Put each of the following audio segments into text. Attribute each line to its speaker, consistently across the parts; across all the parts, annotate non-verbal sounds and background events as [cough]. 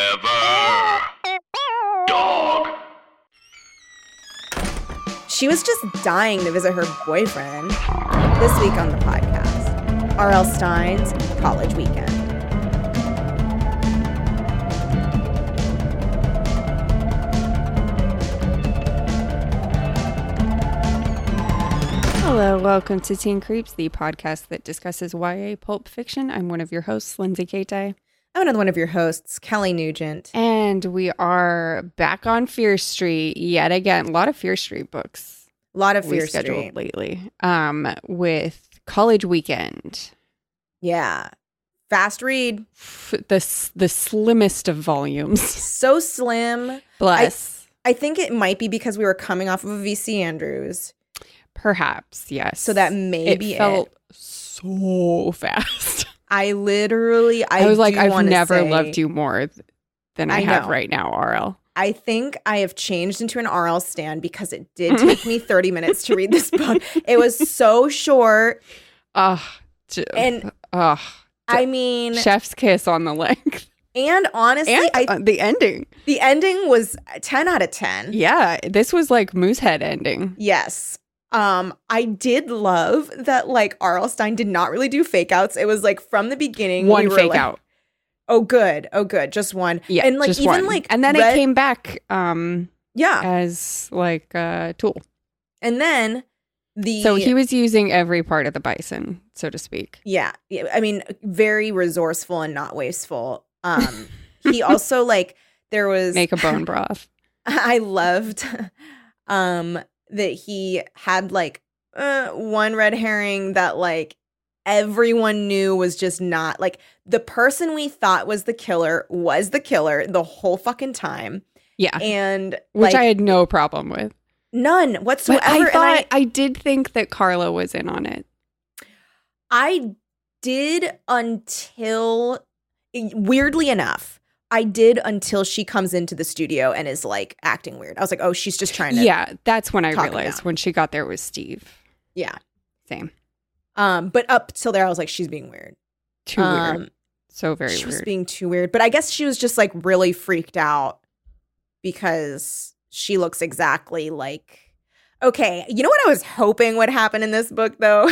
Speaker 1: Forever. Dog.
Speaker 2: She was just dying to visit her boyfriend. This week on the podcast, R.L. Stein's College Weekend.
Speaker 3: Hello, welcome to Teen Creeps, the podcast that discusses YA pulp fiction. I'm one of your hosts, Lindsay Kate,
Speaker 2: I'm another one of your hosts, Kelly Nugent.
Speaker 3: and we are back on Fear Street yet again. A lot of Fear Street books
Speaker 2: A lot of
Speaker 3: we
Speaker 2: Fear
Speaker 3: scheduled
Speaker 2: Street.
Speaker 3: lately. Um, with College Weekend,
Speaker 2: Yeah. Fast read.
Speaker 3: F- the s- the slimmest
Speaker 2: [laughs]
Speaker 3: of volumes.
Speaker 2: So slim.
Speaker 3: Bless,
Speaker 2: I think it might be because we were coming off of a VC Andrews.
Speaker 3: perhaps yes.
Speaker 2: So that may
Speaker 3: it
Speaker 2: be
Speaker 3: felt
Speaker 2: it.
Speaker 3: so fast.
Speaker 2: I literally, I,
Speaker 3: I, was like,
Speaker 2: do
Speaker 3: I've
Speaker 2: wanna
Speaker 3: never
Speaker 2: say-
Speaker 3: loved you more th- than I,
Speaker 2: I
Speaker 3: have
Speaker 2: know.
Speaker 3: right now, RL.
Speaker 2: I think I have changed into an RL stand because it
Speaker 3: [laughs]
Speaker 2: did take me 30 minutes to read this book. It was so short.
Speaker 3: Ugh.
Speaker 2: And-
Speaker 3: and ugh.
Speaker 2: I mean,
Speaker 3: Chef's kiss on
Speaker 2: [laughs]
Speaker 3: the length
Speaker 2: and honestly,
Speaker 3: and
Speaker 2: I,
Speaker 3: uh, the ending.
Speaker 2: the ending was 10 out of 10.
Speaker 3: Yeah, this was like Moosehead ending.
Speaker 2: Yes. Um, I did love that like RL Stein did not really do fake outs. It was like from the beginning.
Speaker 3: One
Speaker 2: we were
Speaker 3: fake
Speaker 2: like,
Speaker 3: out.
Speaker 2: Oh good. Oh good. Just one.
Speaker 3: Yeah,
Speaker 2: And like
Speaker 3: just
Speaker 2: even
Speaker 3: one.
Speaker 2: like
Speaker 3: and then
Speaker 2: red-
Speaker 3: it came back um
Speaker 2: Yeah.
Speaker 3: as like a tool.
Speaker 2: And then the
Speaker 3: So he was using every part of the bison, so to speak.
Speaker 2: Yeah. yeah, I mean, very resourceful and not wasteful.
Speaker 3: [laughs]
Speaker 2: Um he also like there was
Speaker 3: Make
Speaker 2: [laughs]
Speaker 3: a bone broth.
Speaker 2: I loved um that he had like uh, one red herring that like everyone knew was just not like the person we thought was the killer was the killer the whole fucking time
Speaker 3: Yeah,
Speaker 2: and
Speaker 3: which
Speaker 2: like,
Speaker 3: I had no problem with.
Speaker 2: none
Speaker 3: But
Speaker 2: whatsoever
Speaker 3: I thought
Speaker 2: and
Speaker 3: I, did think that Carla was in on it.
Speaker 2: I, I did until eh, weirdly enough I did until she comes into the studio and is like acting weird I was like oh she's just trying to
Speaker 3: Yeah, that's when I
Speaker 2: Talk him down.
Speaker 3: realized when she got there it was Steve.
Speaker 2: Yeah.
Speaker 3: same.
Speaker 2: um but up till there I was like she's being weird
Speaker 3: Too
Speaker 2: um,
Speaker 3: weird. So very
Speaker 2: she was
Speaker 3: weird.
Speaker 2: being too weird. But I guess she was just like really freaked out because she looks exactly like. Okay, you know what I was hoping would happen in this book though,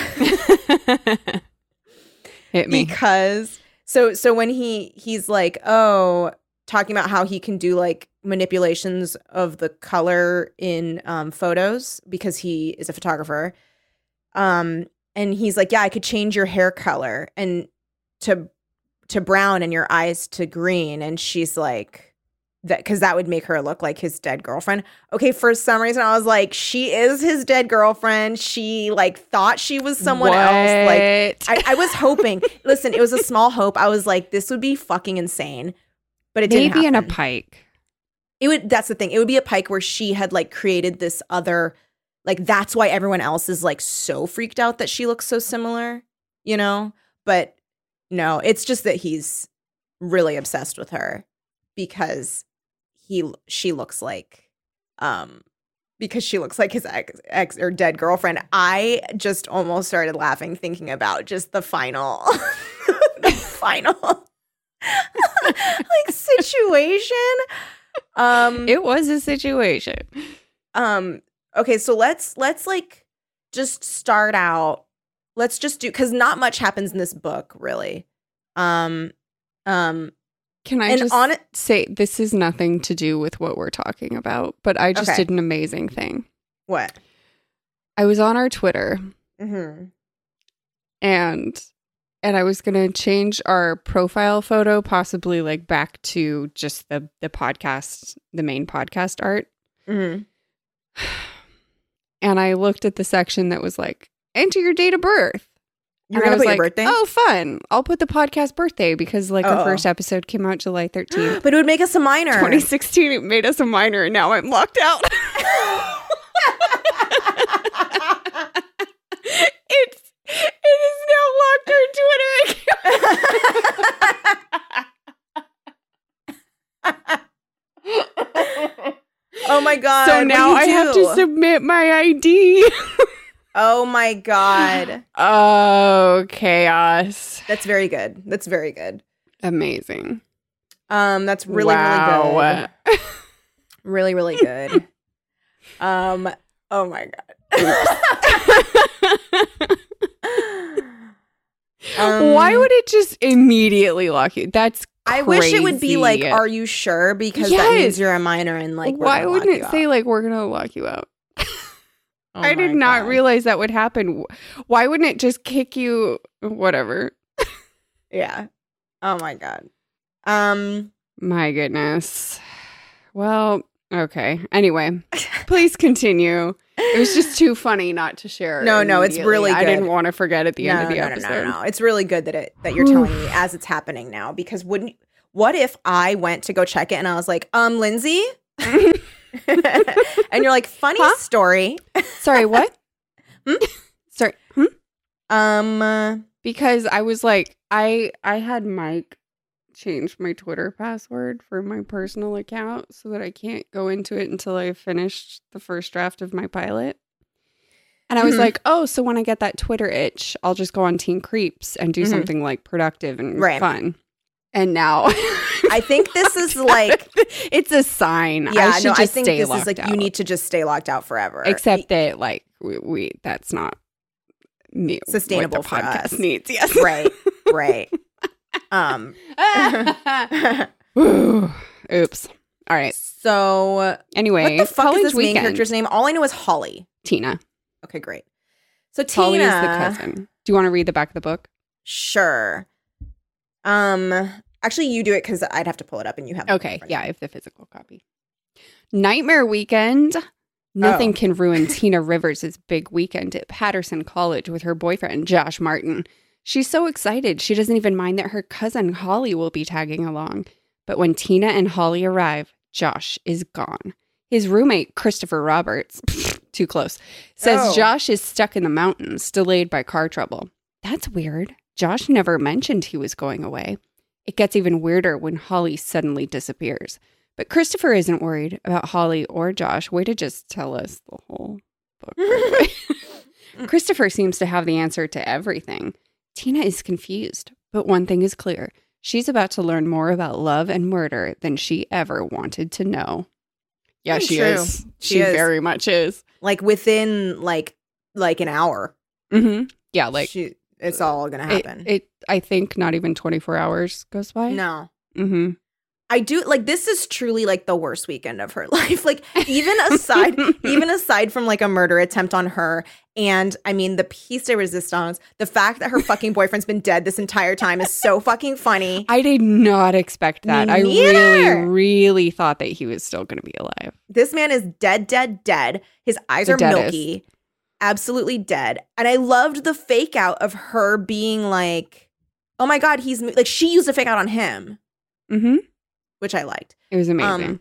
Speaker 3: Hit me.
Speaker 2: because so so when he he's like oh talking about how he can do like manipulations of the color in um, photos because he is a photographer, um and he's like yeah I could change your hair color and to to brown and your eyes to green and she's like that because that would make her look like his dead girlfriend okay for some reason i was like she is his dead girlfriend she like thought she was someone else like I, I was
Speaker 3: [laughs]
Speaker 2: hoping listen it was a small hope i was like this would be fucking insane but it didn't
Speaker 3: maybe in a
Speaker 2: happen.
Speaker 3: pike.
Speaker 2: it would that's the thing it would be a pike where she had like created this other like that's why everyone else is like so freaked out that she looks so similar you know but no it's just that he's really obsessed with her because he she looks like um because she looks like his ex, ex or dead girlfriend i just almost started laughing thinking about just the final [laughs] the final [laughs] like situation um
Speaker 3: It was a situation.
Speaker 2: um okay so let's let's like just start out let's just do because not much happens in this book really um um
Speaker 3: Can I
Speaker 2: and
Speaker 3: just
Speaker 2: on it
Speaker 3: say this is nothing to do with what we're talking about, but I just
Speaker 2: Okay.
Speaker 3: did an amazing thing.
Speaker 2: what
Speaker 3: I was on our Twitter
Speaker 2: mm-hmm.
Speaker 3: and and I was gonna change our profile photo possibly like back to just the the podcast, the main podcast art.
Speaker 2: Mm-hmm.
Speaker 3: And I looked at the section that was like, enter your date of birth.
Speaker 2: you're
Speaker 3: And I
Speaker 2: gonna
Speaker 3: was
Speaker 2: put
Speaker 3: like,
Speaker 2: your birthday
Speaker 3: [laughs] Oh, fun. I'll put the podcast birthday because like
Speaker 2: Oh.
Speaker 3: our first episode came out July
Speaker 2: [gasps]
Speaker 3: 13th.
Speaker 2: but it would make us a minor
Speaker 3: 2016, it made us a minor, and now I'm locked out. [laughs] it's it is now locked on Twitter
Speaker 2: [laughs]
Speaker 3: account.
Speaker 2: [laughs] oh my god
Speaker 3: so
Speaker 2: what'd
Speaker 3: now
Speaker 2: you
Speaker 3: I have to
Speaker 2: do?
Speaker 3: submit my ID.
Speaker 2: oh my
Speaker 3: [sighs]
Speaker 2: god
Speaker 3: Oh, chaos!
Speaker 2: that's very good that's very good
Speaker 3: Amazing. [laughs]
Speaker 2: Um, that's really really good.
Speaker 3: Wow. [laughs]
Speaker 2: Really really good. um, oh my god.
Speaker 3: Why
Speaker 2: Um,
Speaker 3: would it just immediately lock you? That's
Speaker 2: I wish it would be like,
Speaker 3: crazy.
Speaker 2: "Are you sure?" Because that means
Speaker 3: Yes.
Speaker 2: you're a minor and like. we're
Speaker 3: why
Speaker 2: gonna
Speaker 3: wouldn't
Speaker 2: lock
Speaker 3: it
Speaker 2: you
Speaker 3: say
Speaker 2: up.
Speaker 3: like we're gonna lock you out?
Speaker 2: Oh
Speaker 3: I did
Speaker 2: my
Speaker 3: not
Speaker 2: God.
Speaker 3: realize that would happen. Wh- Why wouldn't it just kick you? Whatever.
Speaker 2: Yeah. Oh my god. Um.
Speaker 3: My goodness. Well, okay.
Speaker 2: [laughs]
Speaker 3: Anyway, please continue. It was just too funny not to share.
Speaker 2: No, no, it's
Speaker 3: immediately.
Speaker 2: really
Speaker 3: I didn't
Speaker 2: good.
Speaker 3: want to forget at the end
Speaker 2: no,
Speaker 3: of the
Speaker 2: no, No,
Speaker 3: episode.
Speaker 2: no, no, It's really good that it that you're telling
Speaker 3: [sighs]
Speaker 2: me as it's happening now because wouldn't what if I went to go check it and I was like, um, Lindsay? [laughs] and you're like, funny
Speaker 3: Huh?
Speaker 2: story.
Speaker 3: Sorry, what?
Speaker 2: Hmm?
Speaker 3: Sorry. Hmm?
Speaker 2: Um, uh,
Speaker 3: Because I was like, I I had Mike change my Twitter password for my personal account so that I can't go into it until I finished the first draft of my pilot. And I was
Speaker 2: Mhm.
Speaker 3: like, oh, so when I get that Twitter itch, I'll just go on Teen Creeps and do
Speaker 2: Mhm.
Speaker 3: something like productive and
Speaker 2: Right.
Speaker 3: fun. And now [laughs]
Speaker 2: I think this is like,
Speaker 3: it's a sign.
Speaker 2: yeah,
Speaker 3: I should
Speaker 2: no,
Speaker 3: just
Speaker 2: I think
Speaker 3: stay
Speaker 2: this is
Speaker 3: locked
Speaker 2: like
Speaker 3: out.
Speaker 2: you need to just stay locked out forever.
Speaker 3: except that like we, we that's not ne- what the
Speaker 2: Sustainable for
Speaker 3: podcast
Speaker 2: us. [laughs]
Speaker 3: needs. Yes,
Speaker 2: right, right. Um,
Speaker 3: [laughs] Ooh, Oops. All
Speaker 2: [laughs]
Speaker 3: right.
Speaker 2: so uh,
Speaker 3: Anyway,
Speaker 2: what the fuck
Speaker 3: college
Speaker 2: is this main
Speaker 3: weekend.
Speaker 2: character's name? All I know is Holly.
Speaker 3: Tina.
Speaker 2: Okay, great. So Tina,
Speaker 3: Holly is the cousin. Do you want to read the back of the book?
Speaker 2: Sure. Um actually you do it cuz I'd have to pull it up and you have it in
Speaker 3: Okay.
Speaker 2: front of
Speaker 3: Yeah, I
Speaker 2: you.
Speaker 3: have the physical copy. Nightmare weekend. Nothing
Speaker 2: Oh. [laughs]
Speaker 3: can ruin Tina Rivers' big weekend at Patterson College with her boyfriend, Josh Martin. She's so excited, she doesn't even mind that her cousin Holly will be tagging along. But when Tina and Holly arrive, Josh is gone. His roommate, Christopher Roberts, [laughs] too close, says
Speaker 2: Oh.
Speaker 3: Josh is stuck in the mountains, delayed by car trouble. That's weird. Josh never mentioned he was going away. It gets even weirder when Holly suddenly disappears. But Christopher isn't worried about Holly or Josh. Way to just tell us the whole book.
Speaker 2: [laughs]
Speaker 3: right away. [laughs] Christopher seems to have the answer to everything. Tina is confused, but one thing is clear. She's about to learn more about love and murder than she ever wanted to know. Yeah,
Speaker 2: That's
Speaker 3: she
Speaker 2: true.
Speaker 3: is.
Speaker 2: She
Speaker 3: She,
Speaker 2: is.
Speaker 3: very much is.
Speaker 2: Like within like like an hour.
Speaker 3: Mm-hmm. Yeah, like
Speaker 2: she, it's all going to
Speaker 3: it,
Speaker 2: happen.
Speaker 3: it. I think not even twenty four hours goes by.
Speaker 2: no.
Speaker 3: Mm-hmm.
Speaker 2: I do like this is truly like the worst weekend of her [laughs] life. Like
Speaker 3: [laughs]
Speaker 2: even aside [laughs] even aside from like a murder attempt on her and I mean the piece de resistance, the fact that her fucking boyfriend's been dead this entire time is so fucking funny.
Speaker 3: [laughs] I did not expect
Speaker 2: Me
Speaker 3: that. I
Speaker 2: neither.
Speaker 3: really, really thought that he was still going to be alive.
Speaker 2: This man is dead, dead, dead. His eyes
Speaker 3: The
Speaker 2: are
Speaker 3: deadest.
Speaker 2: milky, absolutely dead. And I loved the fake out of her being like, "Oh my god, he's mo-" like she used a fake out on him,"
Speaker 3: Mm-hmm.
Speaker 2: which I liked. Um,
Speaker 3: It was amazing.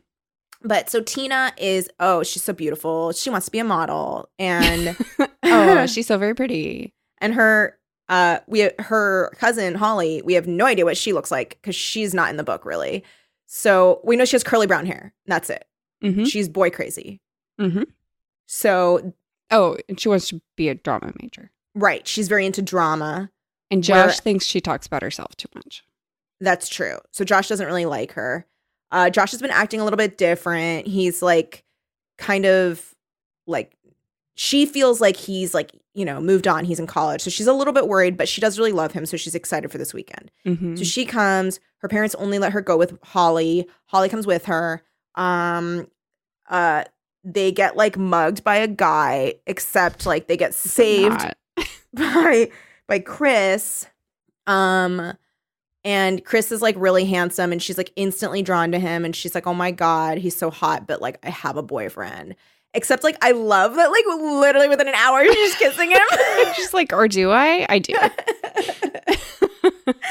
Speaker 2: But so Tina is, oh, she's so beautiful. She wants to be a model, and
Speaker 3: [laughs]
Speaker 2: [laughs]
Speaker 3: oh, she's so very pretty.
Speaker 2: and her. Uh, we her cousin Holly. We have no idea what she looks like because she's not in the book really. So we know she has curly brown hair. That's it.
Speaker 3: Mm-hmm.
Speaker 2: She's boy crazy.
Speaker 3: Mhm.
Speaker 2: So
Speaker 3: Oh, and she wants to be a drama major.
Speaker 2: right, she's very into drama.
Speaker 3: And
Speaker 2: Where-
Speaker 3: Josh thinks she talks about herself too much.
Speaker 2: That's true. So Josh doesn't really like her. Uh, Josh has been acting a little bit different. He's like kind of like she feels like he's like, you know, moved on. He's in college. So she's a little bit worried, but she does really love him. So she's excited for this weekend.
Speaker 3: Mm-hmm.
Speaker 2: So she comes. Her parents only let her go with Holly. Holly comes with her. Um, uh, they get like mugged by a guy, except like they get saved [laughs] by by Chris. Um and Chris is like really handsome and she's like instantly drawn to him and she's like, "Oh my god, he's so hot, but like I have a boyfriend." Except like I love that like literally within an hour she's kissing him.
Speaker 3: [laughs]
Speaker 2: [laughs]
Speaker 3: she's like, or do I? I do.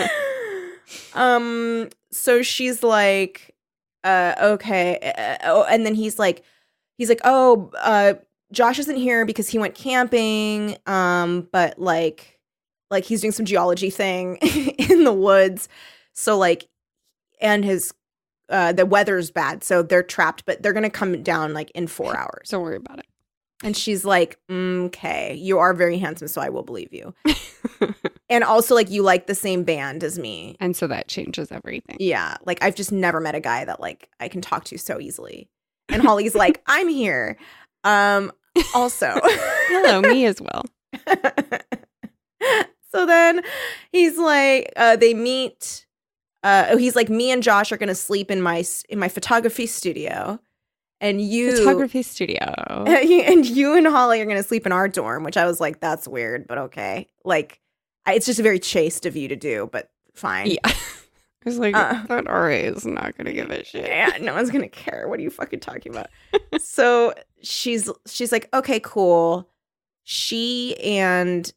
Speaker 2: [laughs] um so she's like uh okay uh, oh and then he's like he's like oh uh Josh isn't here because he went camping um but like like he's doing some geology thing [laughs] in the woods so like and his uh the weather's bad so they're trapped but they're going to come down like in 4 hours
Speaker 3: Don't worry about [laughs]
Speaker 2: and she's like, okay, you are very handsome, so I will believe you.
Speaker 3: it.
Speaker 2: and also like you like the same band as me.
Speaker 3: And so that changes everything.
Speaker 2: Yeah, like I've just never met a guy that like I can talk to so easily. And Holly's
Speaker 3: [laughs]
Speaker 2: like, "I'm here." Um also.
Speaker 3: Hello, me as well.
Speaker 2: [laughs] so then he's like uh they meet uh oh, he's like me and Josh are going to sleep in my s- in my photography studio and you
Speaker 3: Photography studio.
Speaker 2: [laughs] and you and Holly are going to sleep in our dorm, which I was like, that's weird, but okay. Like, I, it's just very chaste of you to do, but fine.
Speaker 3: Yeah. I was like,
Speaker 2: Uh.
Speaker 3: that RA is not going to give a shit.
Speaker 2: [laughs] Yeah, no one's gonna care. What are you fucking talking
Speaker 3: [laughs]
Speaker 2: about? so she's she's like, okay, cool. She and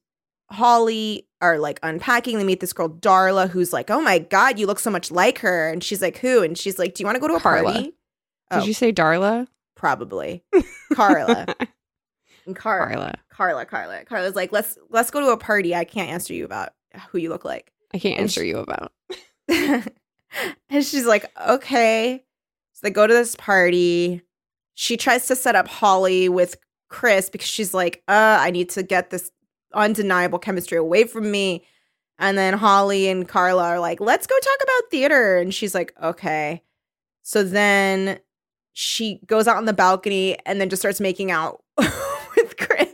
Speaker 2: Holly are like unpacking. They meet this girl Darla, who's like, oh my god, you look so much like her. And she's like, who? And she's like, do you want to go to a
Speaker 3: Carla.
Speaker 2: party?
Speaker 3: Did
Speaker 2: Oh.
Speaker 3: you say Darla? [laughs]
Speaker 2: Probably, Carla and Carla.
Speaker 3: Carla.
Speaker 2: Carla, Carla. Carla's like, let's let's go to a party. I can't answer you about who you look like.
Speaker 3: I can't
Speaker 2: And
Speaker 3: answer
Speaker 2: she-
Speaker 3: you about.
Speaker 2: [laughs] and she's like, okay. So they go to this party. She tries to set up Holly with Chris because she's like, uh, I need to get this undeniable chemistry away from me. And then Holly and Carla are like, let's go talk about theater. And she's like, okay. So then she goes out on the balcony and then just starts making out [laughs] with Chris.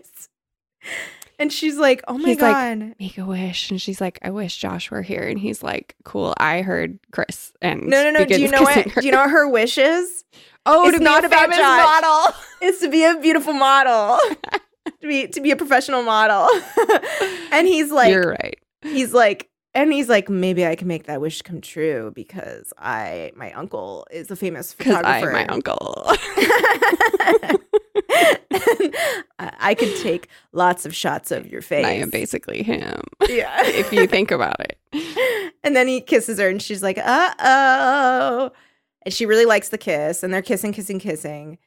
Speaker 2: And she's like, oh my
Speaker 3: He's like,
Speaker 2: God.
Speaker 3: Make a wish. And she's like, I wish Josh were here. And he's like, cool. I heard Chris. And
Speaker 2: no, no, no. Do
Speaker 3: begins
Speaker 2: you know what?
Speaker 3: kissing her.
Speaker 2: Do
Speaker 3: [laughs]
Speaker 2: you know what her wish is?
Speaker 3: Oh,
Speaker 2: It's
Speaker 3: to be
Speaker 2: not
Speaker 3: a
Speaker 2: about
Speaker 3: famous
Speaker 2: Josh. [laughs]
Speaker 3: model.
Speaker 2: is to be a beautiful model [laughs] to be to be a professional model [laughs] and he's like
Speaker 3: You're right.
Speaker 2: he's like and he's like maybe i can make that wish come true because i my uncle is a famous
Speaker 3: Because I,
Speaker 2: photographer
Speaker 3: my
Speaker 2: [laughs]
Speaker 3: uncle. [laughs]
Speaker 2: And I I could take lots of shots of your face
Speaker 3: I am
Speaker 2: [laughs]
Speaker 3: basically him,
Speaker 2: yeah
Speaker 3: [laughs] if you think about it.
Speaker 2: and then he kisses her and she's like, uh oh. And she really likes the kiss and they're kissing, kissing, kissing.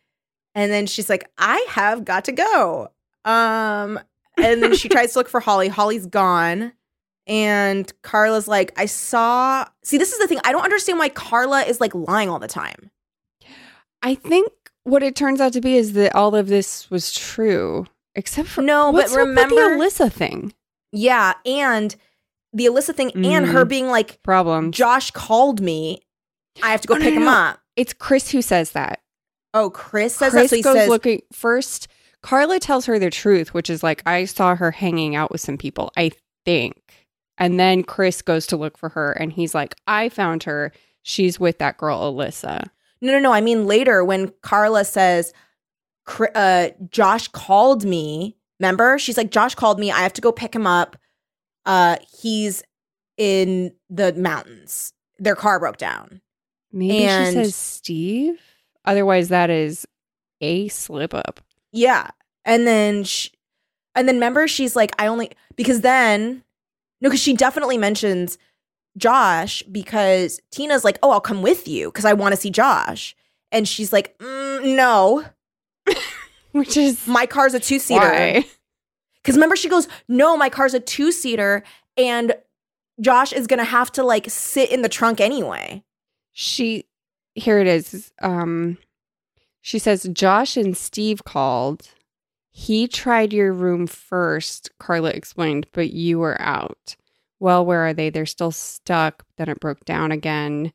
Speaker 2: And then she's like, I have got to go. Um, and then she tries to look for Holly. Holly's gone. And Carla's like, I saw. See, this is the thing. I don't understand why Carla is like lying all the time.
Speaker 3: I think what it turns out to be is that all of this was true, except for
Speaker 2: No,
Speaker 3: What's
Speaker 2: but
Speaker 3: up with
Speaker 2: remember.
Speaker 3: the Alyssa thing
Speaker 2: yeah. And the Alyssa thing and her
Speaker 3: Mhm.
Speaker 2: being like,
Speaker 3: problem.
Speaker 2: Josh called me. I have to go
Speaker 3: Oh, No, no,
Speaker 2: pick him
Speaker 3: no.
Speaker 2: up.
Speaker 3: It's Chris who says that.
Speaker 2: Oh, Chris says
Speaker 3: Chris
Speaker 2: that. So he
Speaker 3: goes
Speaker 2: says,
Speaker 3: looking first. Carla tells her the truth, which is like I saw her hanging out with some people. I think, and then Chris goes to look for her, and he's like, I found her. She's with that girl Alyssa.
Speaker 2: No, no, no. I mean later when Carla says, "Cr- uh, "Josh called me." Remember, she's like, "Josh called me. I have to go pick him up. Uh, he's in the mountains. Their car broke down."
Speaker 3: Maybe
Speaker 2: And-
Speaker 3: she says Steve. Otherwise, that is a slip up. [laughs]
Speaker 2: Yeah, and then sh and then remember, she's like, "I only because then no, because she definitely mentions Josh because Tina's like, "Oh, I'll come with you because I want to see Josh," and she's like, mm, "No,
Speaker 3: Which is
Speaker 2: my car's a two seater."
Speaker 3: why.
Speaker 2: Because remember, she goes, No, my car's a two seater, and Josh is going to have to like sit in the trunk anyway.
Speaker 3: She here it is. Um she says Josh and Steve called. He tried your room first, Carla explained, but you were out. Well, where are they? They're still stuck. Then it broke down again.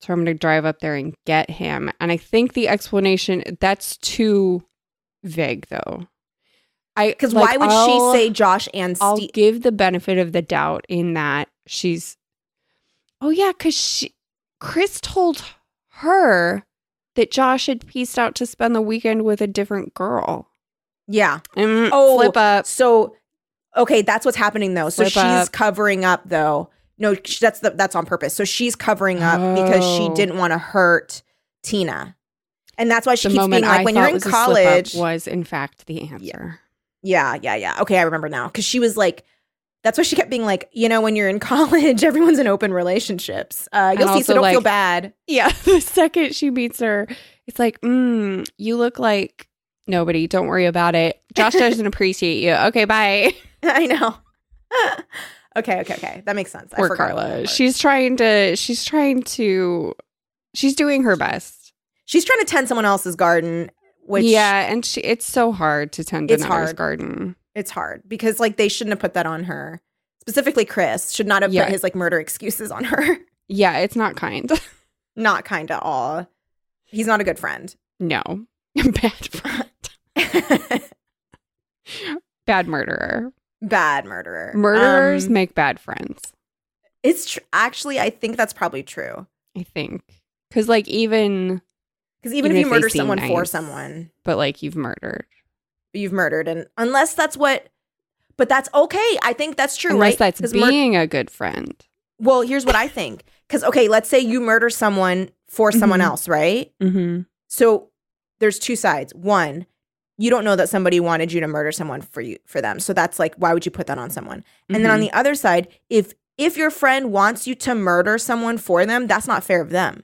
Speaker 3: So I'm going to drive up there and get him. And I think the explanation that's too vague though. I
Speaker 2: Because
Speaker 3: like,
Speaker 2: why would
Speaker 3: I'll-
Speaker 2: she say Josh and
Speaker 3: I'll
Speaker 2: Steve?
Speaker 3: give the benefit of the doubt in that she's Oh yeah, cuz she Chris told her that Josh had pieced out to spend the weekend with a different girl.
Speaker 2: yeah.
Speaker 3: Mm,
Speaker 2: Oh,
Speaker 3: flip up.
Speaker 2: So, okay, that's what's happening though. So
Speaker 3: Flip
Speaker 2: she's
Speaker 3: up.
Speaker 2: covering up though. No, sh- that's the, that's on purpose. So she's covering up because she
Speaker 3: Oh.
Speaker 2: didn't want to hurt Tina. And that's why she
Speaker 3: The
Speaker 2: keeps being
Speaker 3: moment
Speaker 2: like,
Speaker 3: I
Speaker 2: when
Speaker 3: thought
Speaker 2: you're in
Speaker 3: was a slip up
Speaker 2: college,
Speaker 3: was in fact the answer.
Speaker 2: Yeah, yeah, yeah. Okay, I remember now. Cause she was like, that's why she kept being like, you know, when you're in [laughs] college, everyone's in open relationships. Uh,
Speaker 3: And
Speaker 2: you'll see, so
Speaker 3: also,
Speaker 2: don't feel
Speaker 3: like-
Speaker 2: bad. [laughs]
Speaker 3: Yeah, [laughs] the second she meets her, it's like, mm, you look like nobody. Don't worry about it. [laughs] Josh doesn't appreciate you. Okay, bye.
Speaker 2: I know. [laughs] okay, okay, okay. That makes sense. I
Speaker 3: Poor
Speaker 2: forgot about that
Speaker 3: Carla.
Speaker 2: part.
Speaker 3: She's trying to. She's trying to. She's doing her best.
Speaker 2: she's trying to tend someone else's garden, which
Speaker 3: yeah, and she, it's so hard to tend to
Speaker 2: It's
Speaker 3: another's
Speaker 2: hard.
Speaker 3: garden.
Speaker 2: it's hard because like they shouldn't have put that on her. specifically Chris, should not have
Speaker 3: Yeah.
Speaker 2: put his like murder excuses on her. [laughs]
Speaker 3: Yeah, it's not kind. [laughs]
Speaker 2: not kind at all. He's not a good friend. [laughs]
Speaker 3: no. [laughs] Bad friend. Bad murderer.
Speaker 2: Bad murderer.
Speaker 3: Murderers
Speaker 2: Um,
Speaker 3: make bad friends,
Speaker 2: it's tr- actually, I think that's probably true.
Speaker 3: I think. Cuz like even
Speaker 2: Because even,
Speaker 3: Even
Speaker 2: if
Speaker 3: if
Speaker 2: you
Speaker 3: they
Speaker 2: murder
Speaker 3: seem
Speaker 2: someone for
Speaker 3: nice.
Speaker 2: someone,
Speaker 3: but like you've murdered.
Speaker 2: you've murdered, and unless that's what, but that's okay. I think that's true,
Speaker 3: Unless
Speaker 2: right?
Speaker 3: that's
Speaker 2: 'Cause mur-
Speaker 3: being a good friend.
Speaker 2: well, here's what I think. Because okay, let's say you murder someone for someone
Speaker 3: Mhm.
Speaker 2: else, right? Mm-hmm.
Speaker 3: Mhm.
Speaker 2: So there's two sides. One, you don't know that somebody wanted you to murder someone for you for them. So that's like why would you put that on someone? And then
Speaker 3: Mm-hmm.
Speaker 2: on the other side, if if your friend wants you to murder someone for them, that's not fair of them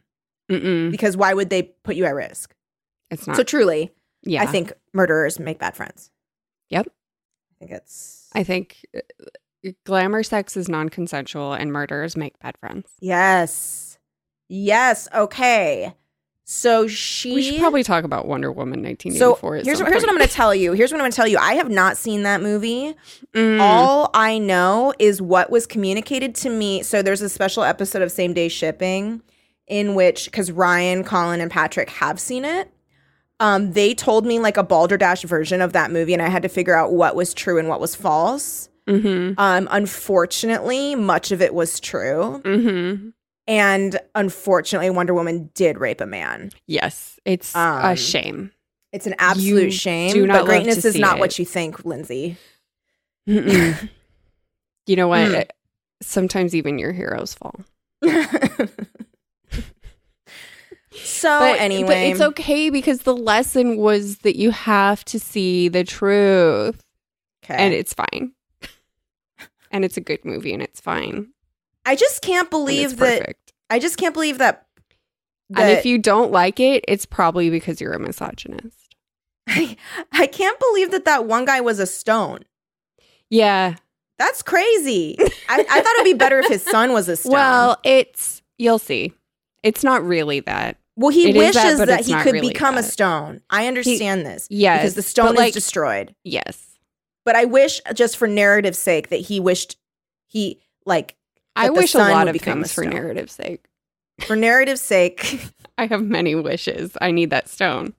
Speaker 3: Mm-hmm. Mm-mm.
Speaker 2: because why would they put you at risk?
Speaker 3: It's Mm. not.
Speaker 2: So truly,
Speaker 3: yeah,
Speaker 2: I think murderers make bad friends.
Speaker 3: Yep.
Speaker 2: I think it's
Speaker 3: I think uh, glamour sex is non-consensual, and murderers make bad friends.
Speaker 2: Yes. Yes, okay. So she
Speaker 3: We should probably talk about Wonder Woman 1984.
Speaker 2: so
Speaker 3: at
Speaker 2: here's,
Speaker 3: some
Speaker 2: here's what I'm
Speaker 3: point.
Speaker 2: going to tell you. Here's what I'm going to tell you. I have not seen that movie.
Speaker 3: Mm.
Speaker 2: All I know is what was communicated to me. So there's a special episode of Same Day Shipping in which, because Ryan, Colin, and Patrick have seen it, um, they told me like a balderdash version of that movie, and I had to figure out what was true and what was false.
Speaker 3: Mhm.
Speaker 2: Um, unfortunately, much of it was true.
Speaker 3: Mhm.
Speaker 2: And unfortunately, Wonder Woman did rape a man.
Speaker 3: Yes, it's a
Speaker 2: Um, [laughs]
Speaker 3: shame.
Speaker 2: It's an absolute
Speaker 3: You
Speaker 2: shame.
Speaker 3: do not love
Speaker 2: but
Speaker 3: to
Speaker 2: greatness is
Speaker 3: see
Speaker 2: not
Speaker 3: it.
Speaker 2: what you think,
Speaker 3: [laughs]
Speaker 2: Lindsay.
Speaker 3: Mm-mm. you know what?
Speaker 2: Mm.
Speaker 3: Sometimes even your heroes fall.
Speaker 2: so
Speaker 3: but
Speaker 2: Oh, anyway,
Speaker 3: but it's okay because the lesson was that you have to see the truth,
Speaker 2: Okay.
Speaker 3: and it's fine. and it's a good movie, and it's fine.
Speaker 2: I just can't
Speaker 3: and it's
Speaker 2: believe that.
Speaker 3: perfect.
Speaker 2: I just can't believe that.
Speaker 3: and if
Speaker 2: that-
Speaker 3: you don't like it, it's probably because you're a misogynist.
Speaker 2: I, [laughs] I can't believe that that one guy was a stone.
Speaker 3: Yeah.
Speaker 2: That's crazy. I, I thought it'd be better if his son
Speaker 3: [laughs]
Speaker 2: was a stone.
Speaker 3: Well, it's you'll see. It's not really that.
Speaker 2: well, he
Speaker 3: it
Speaker 2: wishes
Speaker 3: is that,
Speaker 2: that,
Speaker 3: but it's
Speaker 2: he
Speaker 3: not
Speaker 2: could
Speaker 3: really
Speaker 2: become a
Speaker 3: that.
Speaker 2: stone. I understand this
Speaker 3: Yes.
Speaker 2: because the stone
Speaker 3: but,
Speaker 2: is
Speaker 3: like,
Speaker 2: destroyed.
Speaker 3: Yes.
Speaker 2: But I wish, just for narrative's sake, that he wished he like
Speaker 3: I
Speaker 2: That the
Speaker 3: wish a
Speaker 2: sun
Speaker 3: lot
Speaker 2: would
Speaker 3: of
Speaker 2: become a
Speaker 3: things for
Speaker 2: stone.
Speaker 3: narrative's sake.
Speaker 2: for narrative's sake. [laughs]
Speaker 3: I have many [laughs] wishes. I need that stone.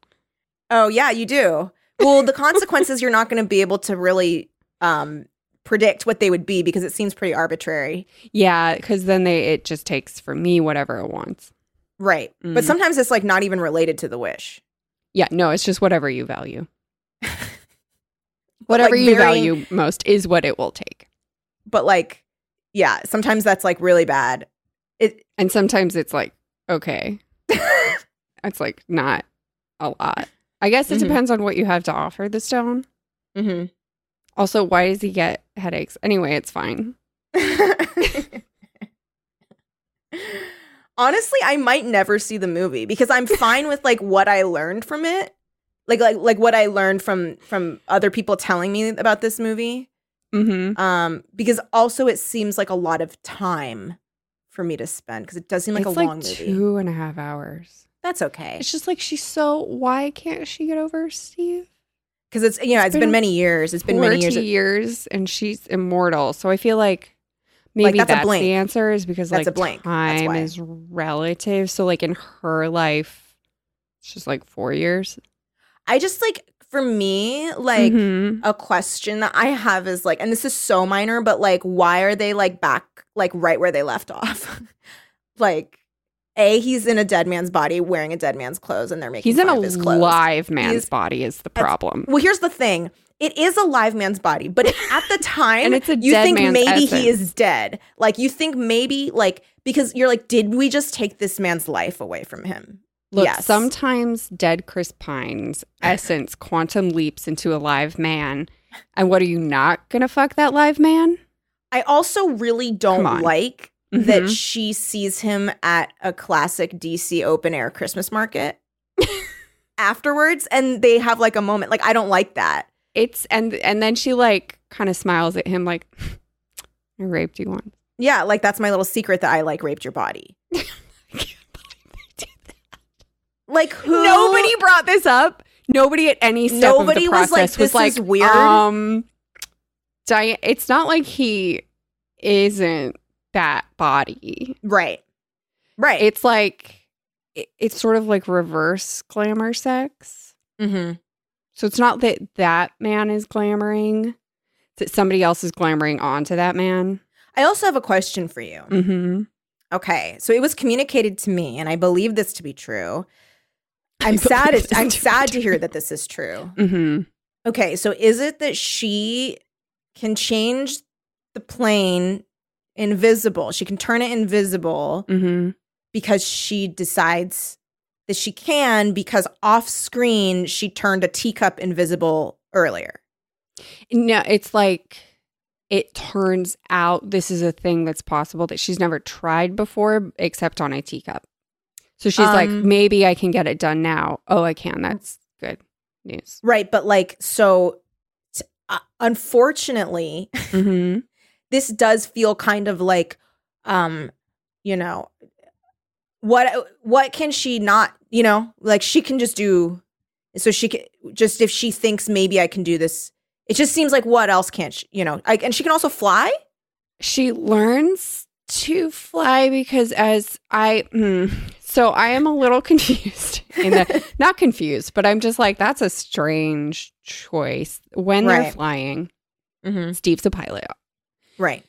Speaker 2: Oh yeah, you do. Well, the consequences you're not going to be able to really um, predict what they would be because it seems pretty arbitrary,
Speaker 3: Yeah, because then they it just takes from me whatever it wants.
Speaker 2: right? But
Speaker 3: Mm.
Speaker 2: sometimes it's like not even related to the wish.
Speaker 3: Yeah, no, it's just whatever you value. Whatever you
Speaker 2: varying-
Speaker 3: value most is what it will take.
Speaker 2: But like, yeah, sometimes that's like really bad. It [laughs]
Speaker 3: And sometimes it's like, okay. it's like not a lot. I guess it
Speaker 2: Mhm.
Speaker 3: depends on what you have to offer the stone. Mm-hmm.
Speaker 2: Mhm.
Speaker 3: Also, why does he get headaches? Anyway, it's fine.
Speaker 2: honestly, I might never see the movie because I'm fine with like what I learned from it, like like like what I learned from from other people telling me about this movie.
Speaker 3: Mm-hmm.
Speaker 2: um because also it seems like a lot of time for me to spend because it does seem like
Speaker 3: it's
Speaker 2: a
Speaker 3: like
Speaker 2: long movie
Speaker 3: two and a half hours.
Speaker 2: that's okay
Speaker 3: It's just like she's so. Why can't she get over Steve?
Speaker 2: because it's you know
Speaker 3: It's
Speaker 2: it's
Speaker 3: been
Speaker 2: been, many years it's been many years
Speaker 3: Forty years, and she's immortal. So I feel like
Speaker 2: Like,
Speaker 3: maybe
Speaker 2: that's
Speaker 3: that's,
Speaker 2: a blank.
Speaker 3: the answer is because
Speaker 2: That's
Speaker 3: like
Speaker 2: a blank. That's
Speaker 3: time
Speaker 2: why.
Speaker 3: is relative. So like in her life, it's just like four years.
Speaker 2: i just like for me like
Speaker 3: Mhm.
Speaker 2: a question that i have is like and this is so minor but like why are they like back like right where they left off [laughs] like a he's in a dead man's body wearing a dead man's clothes and they're making
Speaker 3: he's in
Speaker 2: fun
Speaker 3: a
Speaker 2: of his clothes.
Speaker 3: live man's
Speaker 2: He's-
Speaker 3: body is the
Speaker 2: that's-
Speaker 3: problem.
Speaker 2: Well, here's the thing. It is a live man's body, but it- at
Speaker 3: [laughs]
Speaker 2: the time,
Speaker 3: And it's a
Speaker 2: you
Speaker 3: dead
Speaker 2: think
Speaker 3: man's
Speaker 2: maybe he
Speaker 3: essence.
Speaker 2: is dead. Like you think maybe like because you're like, did we just take this man's life away from him?
Speaker 3: Look,
Speaker 2: Yes.
Speaker 3: sometimes dead Chris
Speaker 2: [laughs]
Speaker 3: Pine's essence quantum leaps into a live man. And what are you not going to fuck that live man?
Speaker 2: I also really
Speaker 3: Come
Speaker 2: don't
Speaker 3: on.
Speaker 2: like that
Speaker 3: Mhm.
Speaker 2: she sees him at a classic DC open air Christmas market
Speaker 3: [laughs]
Speaker 2: afterwards, and they have like a moment. Like I don't like that.
Speaker 3: It's and and then she like kind of smiles at him like [laughs] I raped you once.
Speaker 2: Yeah, like that's my little secret that I like raped your
Speaker 3: [laughs]
Speaker 2: body. Like who?
Speaker 3: Nobody brought this up. Nobody at any step
Speaker 2: Nobody
Speaker 3: of the
Speaker 2: was like,
Speaker 3: process
Speaker 2: "This is weird."
Speaker 3: Um Diane, it's not like he isn't that body.
Speaker 2: Right. Right.
Speaker 3: It's like it- it's sort of like reverse glamour sex.
Speaker 2: mm-hmm.
Speaker 3: So it's not that that man is glamoring; it's that somebody else is glamoring onto that man.
Speaker 2: I also have a question for you.
Speaker 3: Mm-hmm.
Speaker 2: Okay. So it was communicated to me, and I believe this to be true.
Speaker 3: [laughs]
Speaker 2: I'm
Speaker 3: believe
Speaker 2: sad.
Speaker 3: this
Speaker 2: It's, I'm
Speaker 3: to be
Speaker 2: sad to
Speaker 3: true.
Speaker 2: hear that this is true.
Speaker 3: Mm-hmm.
Speaker 2: Okay. So is it that she can change the plane invisible? She can turn it invisible
Speaker 3: Mm-hmm.
Speaker 2: because she decides that she can because off screen she turned a teacup invisible earlier.
Speaker 3: No, it's like it turns out this is a thing that's possible that she's never tried before, except on a teacup. So she's like,
Speaker 2: Um,
Speaker 3: maybe I can get it done now. Oh, I can. That's good news.
Speaker 2: Right. But like, so t- uh, unfortunately,
Speaker 3: Mm-hmm.
Speaker 2: this does feel kind of like um you know what what can she not you know like she can just do so she can just if she thinks maybe i can do this it just seems like what else can't she you know like and she can also fly
Speaker 3: She learns to fly because as I, mm, so I am a little [laughs] confused in
Speaker 2: [laughs]
Speaker 3: the, not confused, but I'm just like, that's a strange choice. When they're
Speaker 2: Right.
Speaker 3: flying,
Speaker 2: mm-hmm.
Speaker 3: Steve's a pilot,
Speaker 2: right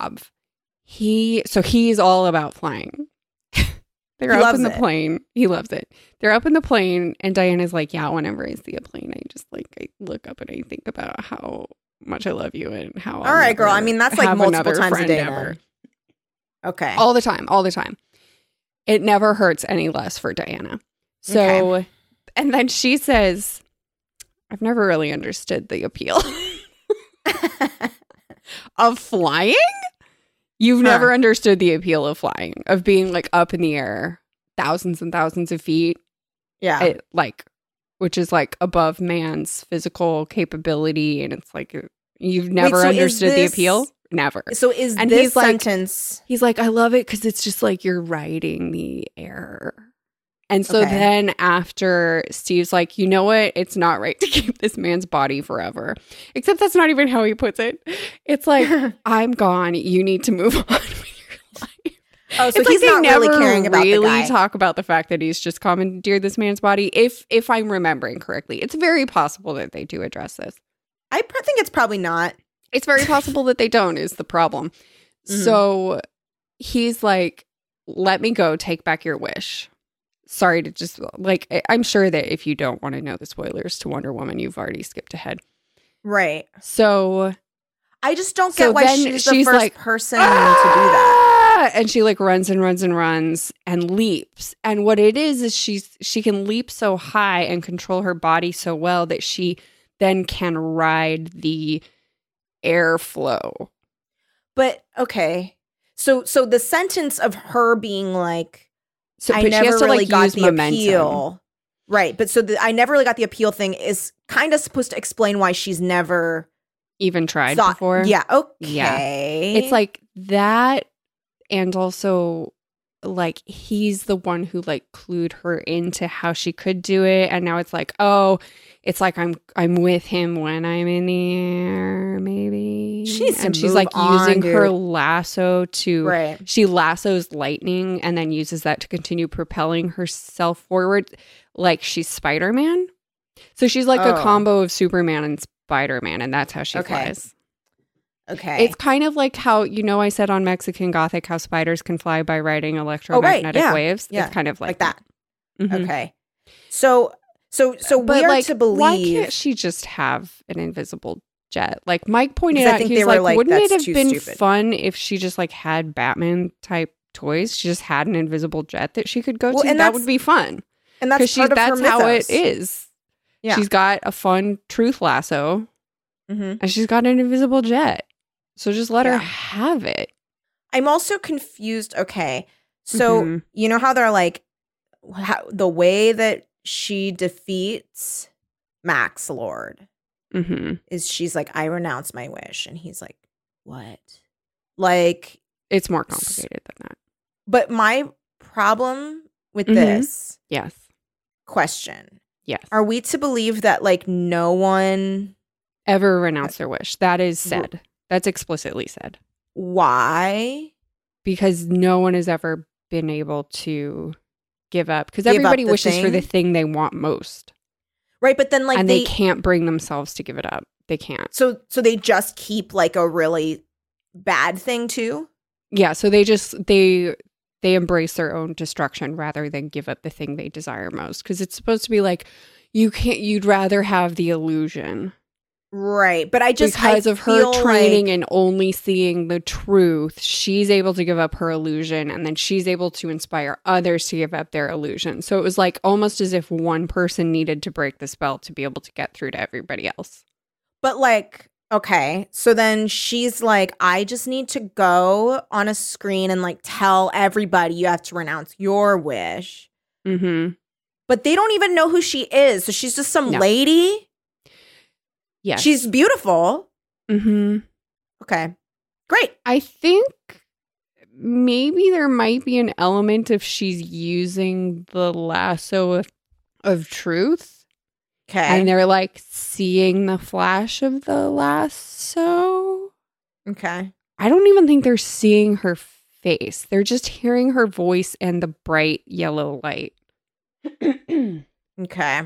Speaker 3: of he so he's all about flying [laughs] they're
Speaker 2: He
Speaker 3: up
Speaker 2: loves
Speaker 3: in the
Speaker 2: it.
Speaker 3: plane he loves it they're up in the plane and diana's like yeah whenever i see a plane i just like i look up and i think about how much i love you and how
Speaker 2: All right, girl. I mean, that's, like, multiple times a day then.
Speaker 3: ever.
Speaker 2: okay
Speaker 3: all the time all the time it never hurts any less for diana so and then she says i've never really understood the appeal [laughs] of flying? You've
Speaker 2: Huh.
Speaker 3: never understood the appeal of flying, of being like up in the air, thousands and thousands of feet,
Speaker 2: [laughs] yeah
Speaker 3: it, like, which is like above man's physical capability. And it's like, you've never
Speaker 2: so is
Speaker 3: understood
Speaker 2: this-
Speaker 3: the appeal? Never.
Speaker 2: so is
Speaker 3: and
Speaker 2: this
Speaker 3: he's like-
Speaker 2: sentence
Speaker 3: He's like, I love it because it's just like you're riding the air. And so
Speaker 2: Okay.
Speaker 3: then after Steve's like, you know what? It's not right [laughs] to keep this man's body forever. Except that's not even how he puts it. It's
Speaker 2: [laughs]
Speaker 3: like,
Speaker 2: oh,
Speaker 3: I'm gone. You need to move [laughs] on. with your life.
Speaker 2: oh so
Speaker 3: it's
Speaker 2: he's
Speaker 3: like
Speaker 2: not
Speaker 3: they never
Speaker 2: really caring about
Speaker 3: really
Speaker 2: the guy
Speaker 3: talk about the fact that he's just commandeered this man's body. If if I'm remembering correctly, it's very possible that they do address this.
Speaker 2: i pr- think it's probably not
Speaker 3: It's very possible that they don't is the problem.
Speaker 2: Mhm.
Speaker 3: So he's like, "Let me go. Take back your wish." Sorry to just like I- I'm sure that if you don't want to know the spoilers to Wonder Woman, you've already skipped ahead.
Speaker 2: right
Speaker 3: So
Speaker 2: i just don't
Speaker 3: So
Speaker 2: get why
Speaker 3: then
Speaker 2: she's the
Speaker 3: she's
Speaker 2: first
Speaker 3: like,
Speaker 2: person to do that
Speaker 3: "Ah!" And she like runs and runs and runs and leaps. And what it is is she's she can leap so high and control her body so well that she then can ride the airflow.
Speaker 2: But okay. So so the sentence of her being like
Speaker 3: So
Speaker 2: I
Speaker 3: but
Speaker 2: never really got
Speaker 3: use
Speaker 2: the appeal. Right. But so the I never really got the appeal thing is kind of supposed to explain why she's never
Speaker 3: Even tried
Speaker 2: thought
Speaker 3: before.
Speaker 2: Yeah,
Speaker 3: Yeah.
Speaker 2: okay.
Speaker 3: It's like that and also like he's the one who like clued her into how she could do it and now it's like oh it's like I'm I'm with him when I'm in the air maybe
Speaker 2: She needs to
Speaker 3: and she's
Speaker 2: move
Speaker 3: like
Speaker 2: on,
Speaker 3: using her
Speaker 2: dude.
Speaker 3: lasso to
Speaker 2: right.
Speaker 3: she lassos lightning and then uses that to continue propelling herself forward like she's Spider-Man so she's like a
Speaker 2: Oh.
Speaker 3: combo of Superman and Spider-Man and that's how she
Speaker 2: Okay.
Speaker 3: flies
Speaker 2: Okay.
Speaker 3: it's kind of like how you know I said on Mexican Gothic how spiders can fly by riding electromagnetic
Speaker 2: Oh, yeah,
Speaker 3: waves.
Speaker 2: yeah,
Speaker 3: It's kind of like,
Speaker 2: like that.
Speaker 3: Mhm.
Speaker 2: Okay. So so so
Speaker 3: But
Speaker 2: we are
Speaker 3: like,
Speaker 2: to believe
Speaker 3: why can't she just have an invisible jet? Like Mike pointed
Speaker 2: Because I
Speaker 3: out,
Speaker 2: think
Speaker 3: he's
Speaker 2: they were
Speaker 3: like,
Speaker 2: like,
Speaker 3: wouldn't it
Speaker 2: "That's
Speaker 3: have
Speaker 2: too
Speaker 3: been
Speaker 2: stupid."
Speaker 3: fun if she just like had Batman type toys? She just had an invisible jet that she could go
Speaker 2: Well,
Speaker 3: to.
Speaker 2: and
Speaker 3: That
Speaker 2: that's-
Speaker 3: would be fun
Speaker 2: and
Speaker 3: because
Speaker 2: that's
Speaker 3: she
Speaker 2: part of
Speaker 3: that's
Speaker 2: her
Speaker 3: how it
Speaker 2: mythos.
Speaker 3: is.
Speaker 2: Yeah.
Speaker 3: She's got a fun truth lasso
Speaker 2: Mhm.
Speaker 3: and she's got an invisible jet. So just let her
Speaker 2: Yeah.
Speaker 3: have it.
Speaker 2: I'm also confused. Okay. So
Speaker 3: Mhm.
Speaker 2: you know how they're like how, the way that she defeats Max Lord
Speaker 3: hmm
Speaker 2: is she's like I renounce my wish and he's like what? Like
Speaker 3: It's more
Speaker 2: S-
Speaker 3: complicated than that.
Speaker 2: but my problem with
Speaker 3: Mhm.
Speaker 2: this
Speaker 3: Yes.
Speaker 2: question
Speaker 3: Yes.
Speaker 2: are we to believe that like no one
Speaker 3: Ever renounce their wish. That is
Speaker 2: Ru-
Speaker 3: said. That's explicitly said.
Speaker 2: why
Speaker 3: because no one has ever been able to give up because
Speaker 2: Give up
Speaker 3: everybody
Speaker 2: the
Speaker 3: wishes for the
Speaker 2: thing?
Speaker 3: thing they want most
Speaker 2: right but then like
Speaker 3: and
Speaker 2: they,
Speaker 3: they, can't bring themselves to give it up they can't
Speaker 2: so so they just keep like a really bad thing too
Speaker 3: yeah so they just they they embrace their own destruction rather than give up the thing they desire most because it's supposed to be like you can't you'd rather have the illusion
Speaker 2: right but i just
Speaker 3: because
Speaker 2: I
Speaker 3: of her
Speaker 2: feel
Speaker 3: training
Speaker 2: like-
Speaker 3: and only seeing the truth, she's able to give up her illusion and then she's able to inspire others to give up their illusion. So it was like almost as if one person needed to break the spell to be able to get through to everybody else.
Speaker 2: But like, okay. So then she's like, I just need to go on a screen and like tell everybody you have to renounce your wish.
Speaker 3: Mm-hmm.
Speaker 2: But they don't even know who she is. So she's just some
Speaker 3: No.
Speaker 2: lady.
Speaker 3: Yes.
Speaker 2: She's beautiful.
Speaker 3: Mm-hmm.
Speaker 2: Okay. Great.
Speaker 3: I think maybe there might be an element if she's using the lasso of, of truth. And
Speaker 2: Okay.
Speaker 3: they're like seeing the flash of the lasso.
Speaker 2: Okay.
Speaker 3: I don't even think they're seeing her face. They're just hearing her voice and the bright yellow
Speaker 2: [clears throat]
Speaker 3: light. I
Speaker 2: Okay.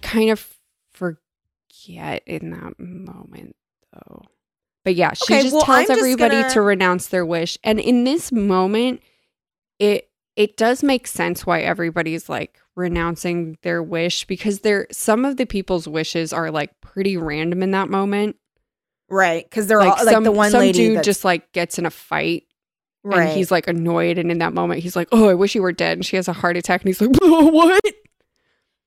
Speaker 3: kind of forget in that moment, though. But yeah, she
Speaker 2: Okay,
Speaker 3: just
Speaker 2: well, I'm
Speaker 3: tells
Speaker 2: just
Speaker 3: everybody
Speaker 2: gonna-
Speaker 3: to renounce their wish. And in this moment, it it does make sense why everybody's like renouncing their wish because they're some of the people's wishes are like pretty random in that moment.
Speaker 2: Right. Cause they're
Speaker 3: Like
Speaker 2: all like
Speaker 3: some,
Speaker 2: the one
Speaker 3: some
Speaker 2: lady
Speaker 3: dude
Speaker 2: that's-
Speaker 3: just like gets in a fight
Speaker 2: right.
Speaker 3: and he's like annoyed. And in that moment, he's like, "Oh, I wish you were dead." And she has a heart attack, and he's like, [laughs] "Whoa, "What?"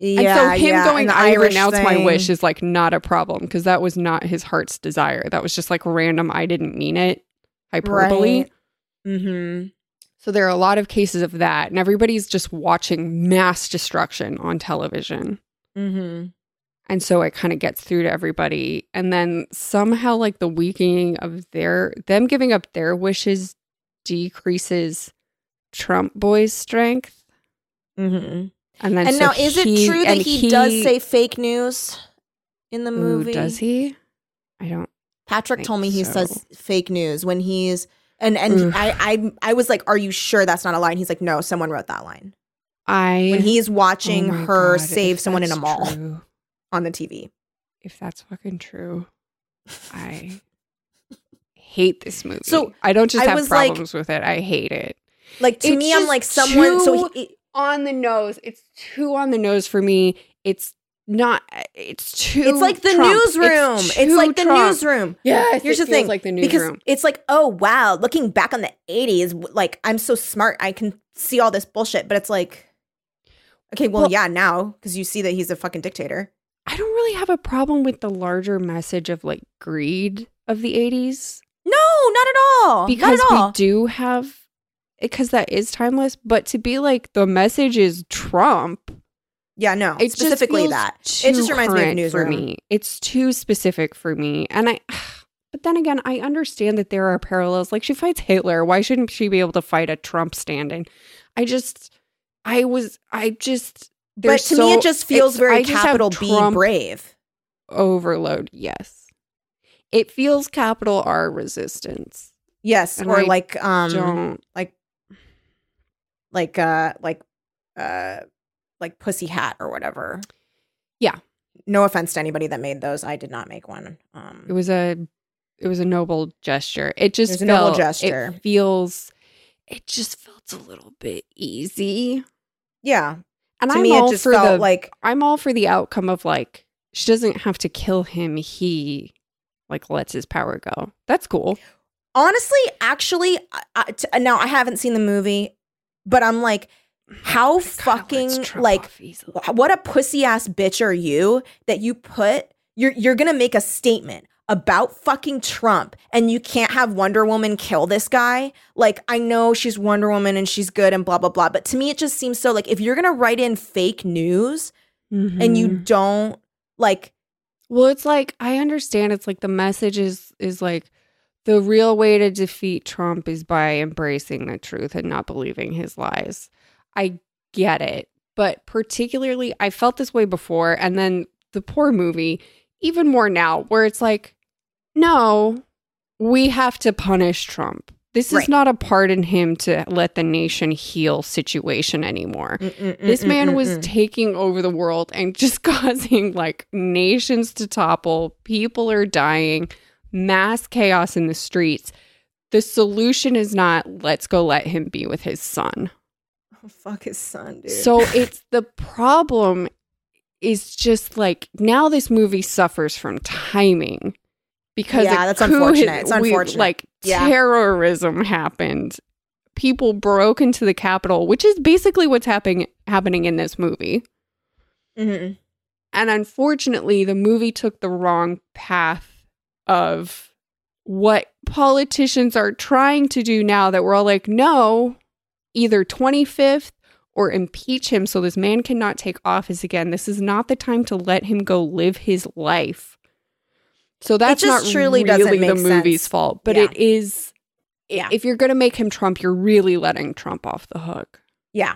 Speaker 3: and so him
Speaker 2: yeah,
Speaker 3: going,
Speaker 2: and the
Speaker 3: "I
Speaker 2: Irish
Speaker 3: renounce my
Speaker 2: thing.
Speaker 3: wish" is like not a problem because that was not his heart's desire. That was just like random. I didn't mean it. Hyperbole.
Speaker 2: Right. Mhm.
Speaker 3: So there are a lot of cases of that, and everybody's just watching mass destruction on television.
Speaker 2: Mhm.
Speaker 3: And so it kind of gets through to everybody. And then somehow like the weakening of their them giving up their wishes decreases Trump boy's strength.
Speaker 2: Mhm.
Speaker 3: And then,
Speaker 2: And
Speaker 3: so
Speaker 2: now is it
Speaker 3: he-
Speaker 2: true that
Speaker 3: and
Speaker 2: he, does say fake news in the
Speaker 3: Ooh,
Speaker 2: movie?
Speaker 3: does he? I don't.
Speaker 2: Patrick
Speaker 3: think
Speaker 2: told me he
Speaker 3: so.
Speaker 2: says fake news when he's and and
Speaker 3: Ugh.
Speaker 2: I, I I was like, are you sure that's not a line? He's like, no, someone wrote that line
Speaker 3: I
Speaker 2: when he's
Speaker 3: oh
Speaker 2: watching
Speaker 3: my
Speaker 2: her
Speaker 3: God,
Speaker 2: save
Speaker 3: if
Speaker 2: someone in a
Speaker 3: that's
Speaker 2: mall
Speaker 3: true-
Speaker 2: on the TV.
Speaker 3: if that's fucking true,
Speaker 2: [laughs]
Speaker 3: I hate this movie.
Speaker 2: So,
Speaker 3: I don't just
Speaker 2: I
Speaker 3: have
Speaker 2: was like-
Speaker 3: problems with it. I hate it.
Speaker 2: Like to
Speaker 3: It's
Speaker 2: me, I'm
Speaker 3: just
Speaker 2: like someone. So
Speaker 3: too-
Speaker 2: he,
Speaker 3: On the nose, it's too on the nose for me. It's not. It's too.
Speaker 2: it's like the
Speaker 3: Trump.
Speaker 2: newsroom. It's,
Speaker 3: too
Speaker 2: like the
Speaker 3: Trump.
Speaker 2: newsroom.
Speaker 3: Yes,
Speaker 2: Here's
Speaker 3: it
Speaker 2: the
Speaker 3: feels
Speaker 2: thing,
Speaker 3: Like the
Speaker 2: because
Speaker 3: newsroom.
Speaker 2: it's like, oh wow, looking back on the '80s, w- like I'm so smart, I can see all this bullshit. But it's like, okay, well,
Speaker 3: Well-
Speaker 2: yeah, now because you see that he's a fucking dictator.
Speaker 3: I don't really have a problem with the larger message of like greed of the 80s
Speaker 2: No, not at all.
Speaker 3: because
Speaker 2: Uh, not at all.
Speaker 3: we do have because that is timeless, but to be like the message is Trump,
Speaker 2: Yeah, no,
Speaker 3: it
Speaker 2: specifically
Speaker 3: just feels
Speaker 2: that.
Speaker 3: Too
Speaker 2: It just reminds me of
Speaker 3: current for
Speaker 2: Newsroom.
Speaker 3: me. It's too specific for me, and I. [sighs] But then again, I understand that there are parallels. Like she fights Hitler, why shouldn't she be able to fight a Trump stand-in? I just, I was, I just.
Speaker 2: But
Speaker 3: there's
Speaker 2: to me,
Speaker 3: so-
Speaker 2: it just feels
Speaker 3: it's-
Speaker 2: very
Speaker 3: I just have
Speaker 2: capital B
Speaker 3: Trump
Speaker 2: brave.
Speaker 3: overload. Yes. It feels capital R resistance.
Speaker 2: Yes,
Speaker 3: And
Speaker 2: or
Speaker 3: I
Speaker 2: like um,
Speaker 3: Don't.
Speaker 2: like uh, like uh, like pussy hat or whatever.
Speaker 3: Yeah.
Speaker 2: No offense to anybody that made those. I did not make one. Um,
Speaker 3: It was a it was a noble gesture. It just
Speaker 2: was a
Speaker 3: felt,
Speaker 2: noble gesture.
Speaker 3: It feels it just felt a little bit easy.
Speaker 2: yeah.
Speaker 3: And
Speaker 2: To
Speaker 3: I'm
Speaker 2: me,
Speaker 3: all
Speaker 2: it just
Speaker 3: for
Speaker 2: felt
Speaker 3: the
Speaker 2: like
Speaker 3: I'm all for the outcome of like she doesn't have to kill him. He like lets his power go. That's cool.
Speaker 2: honestly, actually, I, I, t- now I haven't seen the movie, but I'm like, how fucking like wh- what a pussy ass bitch are you that you put you're you're gonna make a statement about fucking Trump and you can't have Wonder Woman kill this guy. Like I know she's Wonder Woman and she's good and blah blah blah, but to me it just seems so like if you're gonna write in fake news and you
Speaker 3: Mm.
Speaker 2: don't like
Speaker 3: Well, it's like I understand it's like the message is is like the real way to defeat Trump is by embracing the truth and not believing his lies. I get it, but particularly I felt this way before and then the poor movie even more now where it's like no, we have to punish Trump. This is
Speaker 2: Right.
Speaker 3: not a pardon him to let the nation heal situation anymore.
Speaker 2: Mm,
Speaker 3: This man was taking over the world and [laughs] just causing like nations to topple. People are dying, mass chaos in the streets. The solution is not let's go let him be with his son.
Speaker 2: oh, fuck his son, dude.
Speaker 3: So it's the problem is just like now this movie suffers from timing because
Speaker 2: Yeah,
Speaker 3: a
Speaker 2: that's
Speaker 3: coup
Speaker 2: unfortunate.
Speaker 3: had-
Speaker 2: It's unfortunate.
Speaker 3: like
Speaker 2: Yeah.
Speaker 3: terrorism happened. People broke into the Capitol, which is basically what's happening happening in this movie.
Speaker 2: Mhm.
Speaker 3: And unfortunately, the movie took the wrong path of what politicians are trying to do now that we're all like, no, either 25th or impeach him so this man cannot take office again. This is not the time to let him go live his life. So that's
Speaker 2: just
Speaker 3: not
Speaker 2: truly
Speaker 3: truly
Speaker 2: doesn't
Speaker 3: really the
Speaker 2: make
Speaker 3: movie's
Speaker 2: sense.
Speaker 3: fault, but
Speaker 2: Yeah.
Speaker 3: it is. i-
Speaker 2: Yeah.
Speaker 3: If you're going to make him Trump, you're really letting Trump off the hook.
Speaker 2: Yeah.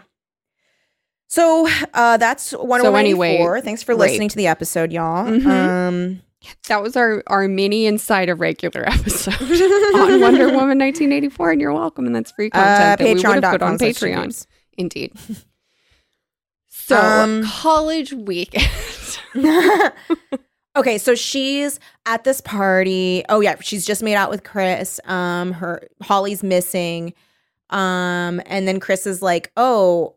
Speaker 2: So uh, that's one
Speaker 3: So
Speaker 2: so
Speaker 3: anyway,
Speaker 2: Thanks for
Speaker 3: rape.
Speaker 2: listening to the episode, y'all.
Speaker 3: Mhm.
Speaker 2: Um,
Speaker 3: That was our, our mini inside a regular [laughs] episode. [laughs] [laughs] on Wonder Woman 1984, and you're welcome. And that's free
Speaker 2: [laughs] Uh,
Speaker 3: content that we would have put
Speaker 2: Patreon.com
Speaker 3: on
Speaker 2: slash
Speaker 3: Patreon.
Speaker 2: Cheap
Speaker 3: [laughs] Indeed. So
Speaker 2: Um,
Speaker 3: college weekend. [laughs]
Speaker 2: [laughs] okay, so she's at this party. Oh yeah, she's just made out with Chris. Um, her Holly's missing. Um, and then Chris is like, "Oh,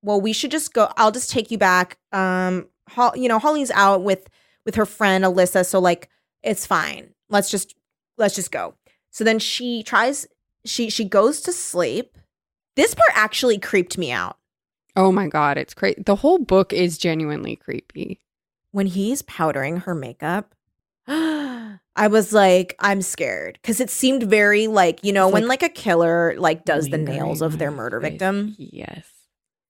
Speaker 2: well, we should just go. I'll just take you back. Um, Hol- you know, Holly's out with with her friend Alyssa, so like, it's fine. Let's just let's just go." So then she tries. She she goes to sleep. This part actually creeped me out.
Speaker 3: oh my god, it's crazy. The whole book is genuinely creepy.
Speaker 2: when he's powdering her makeup, [gasps] I was like, I'm scared because it seemed very like you know
Speaker 3: It's
Speaker 2: when like, a killer like does the
Speaker 3: Lingering
Speaker 2: nails of their murder
Speaker 3: effect.
Speaker 2: victim.
Speaker 3: Yes,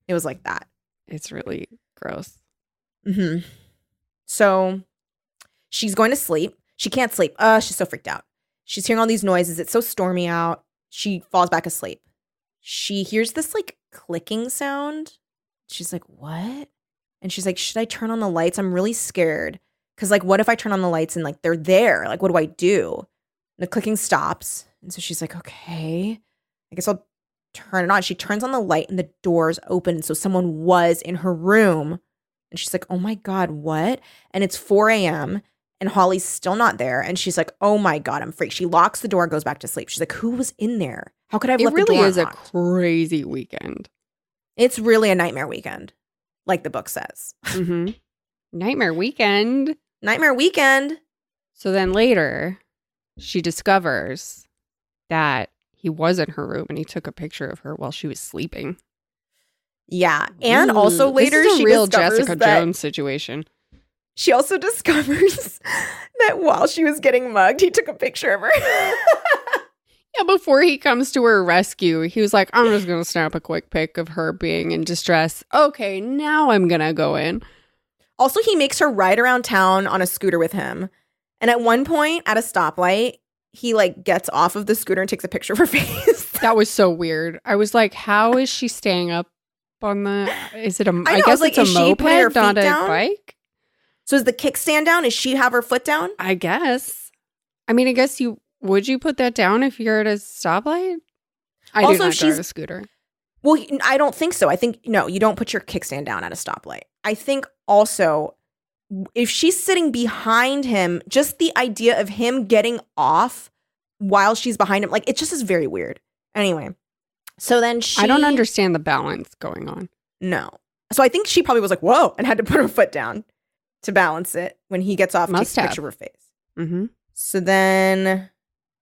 Speaker 2: It was like that.
Speaker 3: it's really gross.
Speaker 2: hmm So she's going to sleep. She can't sleep. Uh, she's so freaked out. She's hearing all these noises. It's so stormy out. She falls back asleep. She hears this like clicking sound. She's like, "What?" And she's like, "Should I turn on the lights? I'm really scared cuz like what if I turn on the lights and like they're there? Like what do I do?" And the clicking stops. And so she's like, "Okay. I guess I'll turn it on." She turns on the light and the doors open, so someone was in her room. And she's like, oh my God, what? And it's 4 a.m. and Holly's still not there. And she's like, oh my God, I'm freaked. She locks the door and goes back to sleep. She's like, who was in there? How could I have
Speaker 3: it
Speaker 2: left
Speaker 3: really
Speaker 2: the door
Speaker 3: is a
Speaker 2: unlocked?"
Speaker 3: crazy weekend.
Speaker 2: It's really a nightmare weekend, like the book says.
Speaker 3: Mhm. [laughs] Nightmare weekend.
Speaker 2: Nightmare weekend.
Speaker 3: So then later, she discovers that he was in her room and he took a picture of her while she was sleeping.
Speaker 2: Yeah. And also
Speaker 3: Ooh, this
Speaker 2: later,
Speaker 3: is a
Speaker 2: she
Speaker 3: real
Speaker 2: discovers
Speaker 3: Jessica
Speaker 2: that
Speaker 3: Jones situation.
Speaker 2: she also [laughs] discovers that while she was getting mugged, he took a picture of her. [laughs]
Speaker 3: Yeah, before he comes to her rescue, he was like, "I'm just gonna snap a quick pic of her being in distress." Okay, now I'm gonna go in.
Speaker 2: Also, he makes her ride around town on a scooter with him. And at one point at a stoplight, he like gets off of the scooter and takes a picture of her [laughs] face.
Speaker 3: That was so weird. I was like, "How is she staying up on the? Is it a? I
Speaker 2: I know, I
Speaker 3: guess
Speaker 2: was like,
Speaker 3: it's
Speaker 2: is
Speaker 3: a
Speaker 2: she putting
Speaker 3: moped,
Speaker 2: her
Speaker 3: not
Speaker 2: feet
Speaker 3: a
Speaker 2: down?
Speaker 3: bike.
Speaker 2: so is the kickstand down? Is she have her foot down?
Speaker 3: I guess. I mean, I guess you would you put that down if you're at a stoplight. I
Speaker 2: Also,
Speaker 3: do not
Speaker 2: she's-
Speaker 3: drive a scooter.
Speaker 2: Well, he- I don't think so. I think no, you don't put your kickstand down at a stoplight. I think also if she's sitting behind him, just the idea of him getting off while she's behind him, like it just is very weird. Anyway, so then she
Speaker 3: I don't understand the balance going on.
Speaker 2: No. So I think she probably was like, whoa, and had to put her foot down to balance it when he gets off,
Speaker 3: Must
Speaker 2: takes a
Speaker 3: have.
Speaker 2: picture of her face.
Speaker 3: Mm-hmm.
Speaker 2: So then,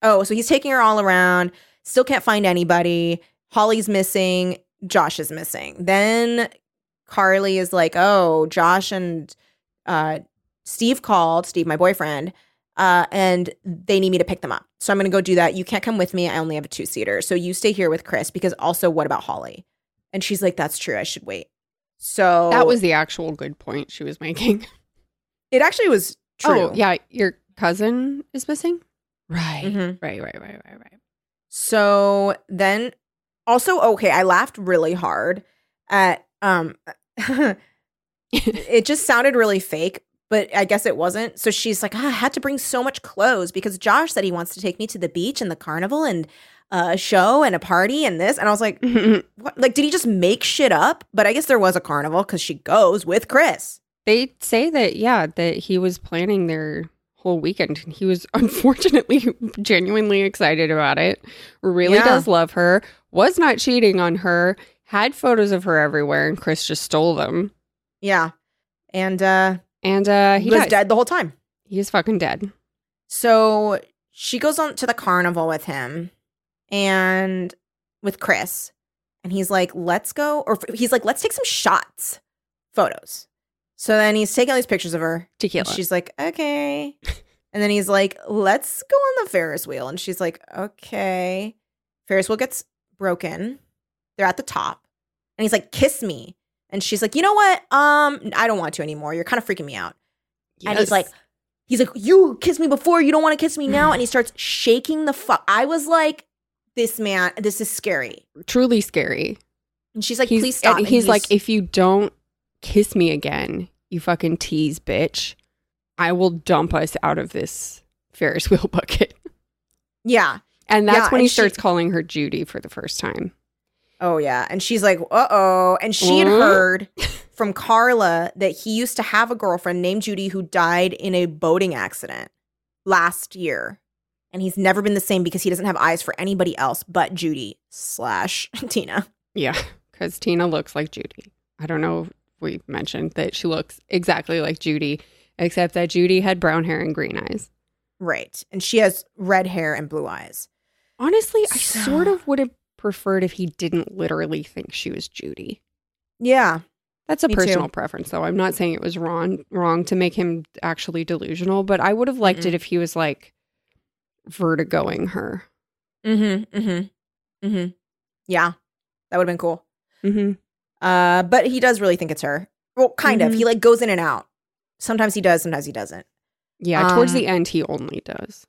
Speaker 2: oh, so he's taking her all around, still can't find anybody. Holly's missing, Josh is missing. Then Carly is like, oh, Josh and uh, Steve called, Steve, my boyfriend, uh, and they need me to pick them up. So I'm going to go do that. You can't come with me. I only have a two seater. So you stay here with Chris because also, what about Holly? And she's like, that's true. I should wait. So
Speaker 3: That was the actual good point she was making.
Speaker 2: it, actually was true.
Speaker 3: Oh, yeah, your cousin is missing. Right.
Speaker 2: Mhm.
Speaker 3: Right, right, right, right, right.
Speaker 2: So then also okay, I laughed really [laughs] hard at um it just sounded really fake, but I guess it wasn't. So she's like, "Ah, I had to bring so much clothes because Josh said he wants to take me to the beach and the carnival and uh, a show and a party and this. And I was like,
Speaker 3: Mm.
Speaker 2: what? Like, did he just make shit up? But I guess there was a carnival because she goes with Chris.
Speaker 3: [laughs] They say that, yeah, that he was planning their whole weekend. and He was [laughs] unfortunately genuinely excited about it. Really
Speaker 2: Yeah.
Speaker 3: does love her. Was not cheating on her. Had photos of her everywhere, and Chris just stole them.
Speaker 2: Yeah. And uh,
Speaker 3: And uh, he
Speaker 2: was
Speaker 3: dies.
Speaker 2: dead the whole time.
Speaker 3: He's fucking dead.
Speaker 2: So she goes on to the carnival with him and with Chris. And he's like, let's go. Or f- he's like, let's take some shots, photos. So then he's taking all these pictures of her.
Speaker 3: Tequila.
Speaker 2: And she's like, okay. And then he's like, let's go on the Ferris wheel. And she's like, okay. Ferris wheel gets broken. They're at the top. And he's like, kiss me. And she's like, you know what? Um, I don't want to anymore. You're kind of freaking me out. And he's
Speaker 3: Yes.
Speaker 2: like, he's like, you kissed me before. You don't want to kiss me now. And he starts shaking the fuck. I was like, this man, this is scary.
Speaker 3: truly scary.
Speaker 2: And she's like,
Speaker 3: he's,
Speaker 2: please stop.
Speaker 3: and
Speaker 2: And
Speaker 3: he's, like, if you don't kiss me again, you fucking tease, bitch. I will dump us out of this Ferris wheel [laughs] bucket.
Speaker 2: yeah.
Speaker 3: And that's
Speaker 2: Yeah,
Speaker 3: when
Speaker 2: and
Speaker 3: he
Speaker 2: she-
Speaker 3: starts calling her Judy for the first time.
Speaker 2: Oh yeah, and she's like, "Uh oh," and she had [laughs]
Speaker 3: Mm.
Speaker 2: heard from Carla that he used to have a girlfriend named Judy who died in a boating accident last year, and he's never been the same because he doesn't have eyes for anybody else but Judy slash [laughs] Tina.
Speaker 3: Yeah, [laughs] because Tina looks like Judy. I don't know if we mentioned that she looks exactly like Judy, except that Judy had brown hair and green eyes.
Speaker 2: Right, and she has red hair and blue eyes.
Speaker 3: Honestly, I
Speaker 2: So-
Speaker 3: sort of would have preferred if he didn't literally think she was Judy.
Speaker 2: Yeah,
Speaker 3: That's a
Speaker 2: Me too.
Speaker 3: personal preference, though. I'm not saying it was wrong wrong to make him actually delusional, but I would have liked it if he was like vertigoing her.
Speaker 2: mm-hmm, mm-hmm, mm-hmm. Yeah, that would have been cool.
Speaker 3: Mm-hmm.
Speaker 2: Uh, but he does really think it's her. Well, kind
Speaker 3: Mhm.
Speaker 2: of. He like goes in and out. Sometimes he does. Sometimes he doesn't.
Speaker 3: Yeah, towards
Speaker 2: Um,
Speaker 3: the end, he only does.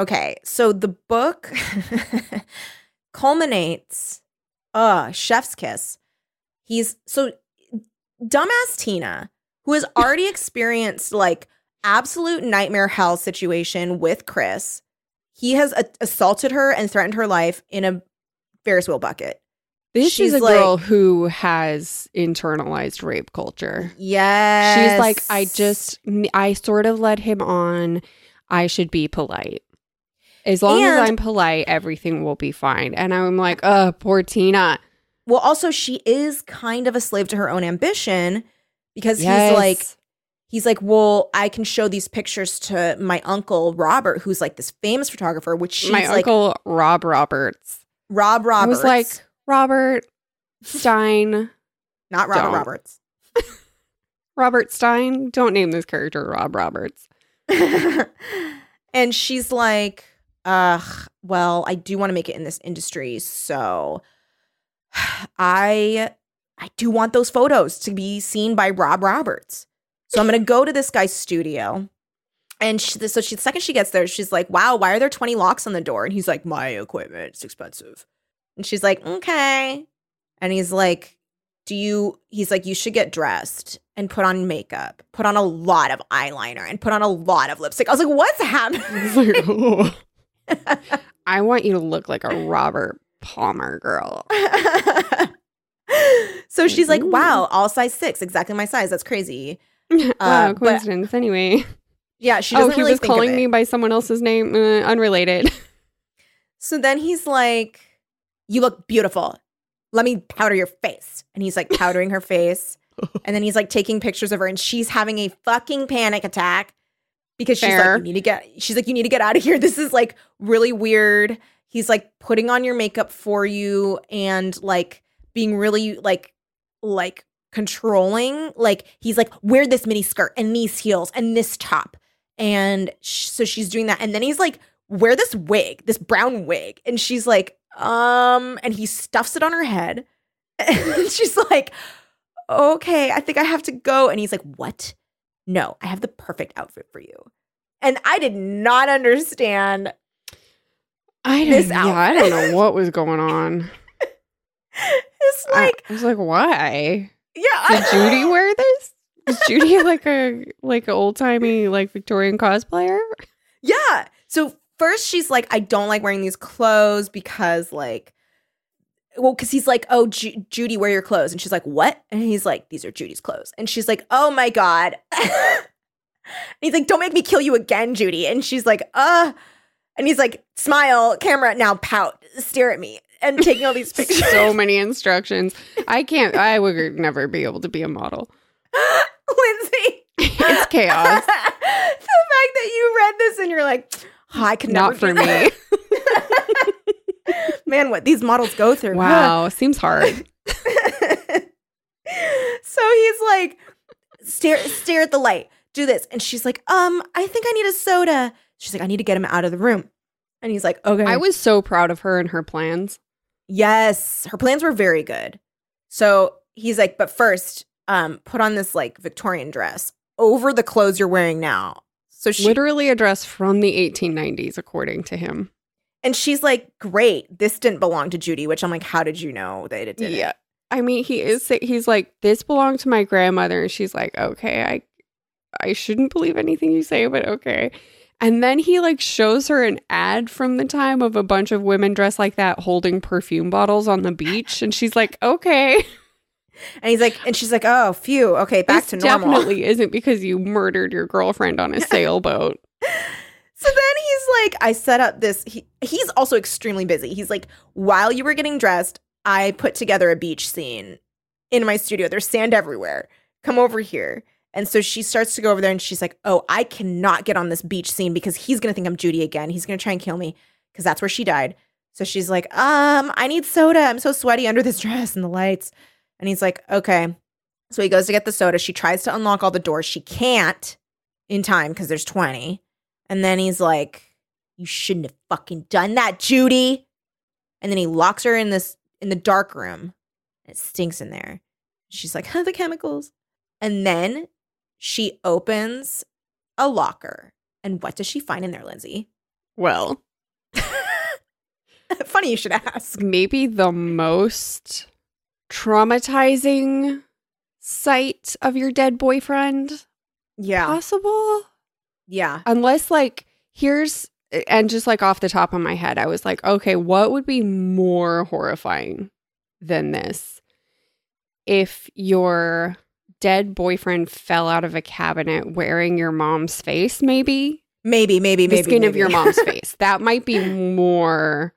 Speaker 2: Okay, so the book [laughs] culminates uh chef's kiss. He's so dumbass Tina, who [laughs] has already experienced like absolute nightmare hell situation with Chris. He has a- assaulted her and threatened her life in a Ferris wheel bucket.
Speaker 3: This
Speaker 2: she's
Speaker 3: is a girl
Speaker 2: like-
Speaker 3: who has internalized rape culture.
Speaker 2: Yes.
Speaker 3: She's like, I just, I sort of led him on. I should be polite. As long as
Speaker 2: And-
Speaker 3: I'm polite, everything will be fine. And I'm like, oh, poor Tina.
Speaker 2: Well, also she is kind of a slave to her own ambition because
Speaker 3: Yes.
Speaker 2: he's like he's like, well, I can show these pictures to my uncle Robert, who's like this famous photographer, which she's
Speaker 3: my
Speaker 2: like
Speaker 3: uncle Rob Roberts.
Speaker 2: Rob
Speaker 3: I
Speaker 2: Roberts.
Speaker 3: was like, Robert Stein.
Speaker 2: not Robert
Speaker 3: don't.
Speaker 2: Roberts.
Speaker 3: Robert Stein. Don't name this character
Speaker 2: [laughs]
Speaker 3: Rob Roberts.
Speaker 2: and she's like, ugh, well, I do want to make it in this industry, so [sighs] I I do want those photos to be seen by Rob Roberts. So I'm gonna go to this guy's studio. And she, so she, the second she gets there, she's like, "Wow, why are there 20 locks on the door?" And he's like, "My equipment, it's expensive." And she's like, "Okay." And he's like, "Do you?" He's like, "You should get dressed and put on makeup, put on a lot of eyeliner, and put on a lot of lipstick." I was like, "What's
Speaker 3: I was
Speaker 2: happening?"
Speaker 3: like, "Oh." [laughs] I want you to look like a Robert Palmer girl.
Speaker 2: [laughs] so she's like,
Speaker 3: Ooh.
Speaker 2: "Wow, all size six, exactly my size. That's crazy."
Speaker 3: Mm-hmm. [laughs] wow,
Speaker 2: Uh, but-
Speaker 3: coincidence. anyway.
Speaker 2: Yeah, she
Speaker 3: Oh,
Speaker 2: doesn't
Speaker 3: he
Speaker 2: really
Speaker 3: was
Speaker 2: think of
Speaker 3: calling
Speaker 2: it.
Speaker 3: me by someone else's name. Uh, unrelated. [laughs]
Speaker 2: So then he's like, You look beautiful. Let me powder your face. And he's like powdering her face. And then he's like taking pictures of her and she's having a fucking panic attack because she's
Speaker 3: Fair.
Speaker 2: like, You need to get she's like, You need to get out of here. [laughs] This is like really weird. He's like putting on your makeup for you and like being really like like controlling. Like he's like, wear this mini skirt and these heels and this top. And sh- so she's doing that. And then he's like, wear this wig, this brown wig. And she's like, um, and he stuffs it on her head. [laughs] And she's like, okay, I think I have to go. And he's like, what? No, I have the perfect outfit for you. And I did not understand.
Speaker 3: I
Speaker 2: This
Speaker 3: don't, yeah, I don't
Speaker 2: outfit.
Speaker 3: know
Speaker 2: [laughs]
Speaker 3: what was going on.
Speaker 2: It's
Speaker 3: I-
Speaker 2: like,
Speaker 3: Uh, I was like, why?
Speaker 2: [laughs] yeah. [laughs]
Speaker 3: Did Judy wear this? Is Judy like a like an old timey like Victorian cosplayer?
Speaker 2: Yeah. So first she's like, I don't like wearing these clothes because like, well, because he's like, oh, Ju- Judy, wear your clothes, and she's like, what? And he's like, these are Judy's clothes, and she's like, oh my god. [laughs] and he's like, don't make me kill you again, Judy, and she's like, uh. And he's like, smile, camera, now pout, stare at me,
Speaker 3: [laughs]
Speaker 2: and taking all these pictures.
Speaker 3: so many instructions. I can't. I would never be able to be a model.
Speaker 2: Lindsay. [laughs]
Speaker 3: It's chaos.
Speaker 2: the fact that you read this and you're like, "Oh, I could
Speaker 3: Not for
Speaker 2: [laughs] never do
Speaker 3: me.
Speaker 2: that." [laughs] Man, what these models go through.
Speaker 3: [laughs] Wow, seems hard.
Speaker 2: [laughs] so he's like, stare stare at the light, do this. And she's like, um, I think I need a soda. She's like, I need to get him out of the room. And he's like, okay.
Speaker 3: I was so proud of her and her plans.
Speaker 2: yes, her plans were very good. So he's like, but first, um, put on this like Victorian dress over the clothes you're wearing now. So she
Speaker 3: Literally a dress from the 1890s, according to him.
Speaker 2: And she's like, "Great, this didn't belong to Judy." Which I'm like, "How did you know that it did?"
Speaker 3: Yeah. I mean, he is. He's like, this belonged to my grandmother, and she's like, okay, I, I shouldn't believe anything you say, but okay. And then he like shows her an ad from the time of a bunch of women dressed like that holding perfume bottles on the beach, and she's like, okay,
Speaker 2: And he's like, and she's like, "Oh, phew. Okay, back
Speaker 3: this
Speaker 2: to normal." [laughs]
Speaker 3: Definitely isn't because you murdered your girlfriend on a sailboat.
Speaker 2: So then he's like, "I set up this." He, he's also extremely busy. He's like, "While you were getting dressed, I put together a beach scene in my studio. There's sand everywhere. Come over here." And so she starts to go over there, and she's like, "Oh, I cannot get on this beach scene because he's gonna think I'm Judy again. He's gonna try and kill me because that's where she died." So she's like, um, I need soda. I'm so sweaty under this [laughs] dress and the lights. And he's like, okay. So he goes to get the soda. She tries to unlock all the doors. She can't in time because there's 20. And then he's like, you shouldn't have fucking done that, Judy. And then he locks her in this in the dark room. It stinks in there. She's like, huh, the chemicals. And then she opens a locker. And what does she find in there, Lindsay? [laughs]
Speaker 3: Well,
Speaker 2: Funny you should ask.
Speaker 3: maybe the most traumatizing sight of your dead boyfriend
Speaker 2: Yeah.
Speaker 3: possible.
Speaker 2: Yeah.
Speaker 3: unless like here's and just like off the top of my head i was like okay what would be more horrifying than this if your dead boyfriend fell out of a cabinet wearing your mom's face maybe
Speaker 2: Maybe, maybe,
Speaker 3: the
Speaker 2: maybe.
Speaker 3: skin of
Speaker 2: maybe. [laughs]
Speaker 3: your mom's face [laughs] that might be more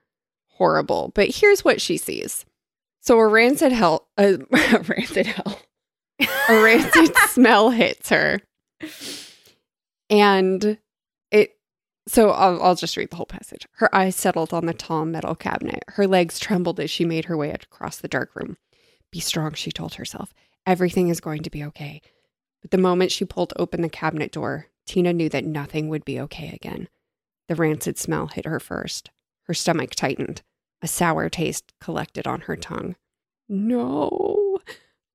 Speaker 3: horrible but here's what she sees so uh, a rancid hell [laughs] a, a rancid hell [laughs] a rancid smell hits her. And it, so I'll, I'll just read the whole passage. Her eyes settled on the tall metal cabinet. Her legs trembled as she made her way across the dark room. Be strong, she told herself. Everything is going to be okay. But the moment she pulled open the cabinet door, Tina knew that nothing would be okay again. The rancid smell hit her first. Her stomach tightened. A sour taste collected on her tongue. No.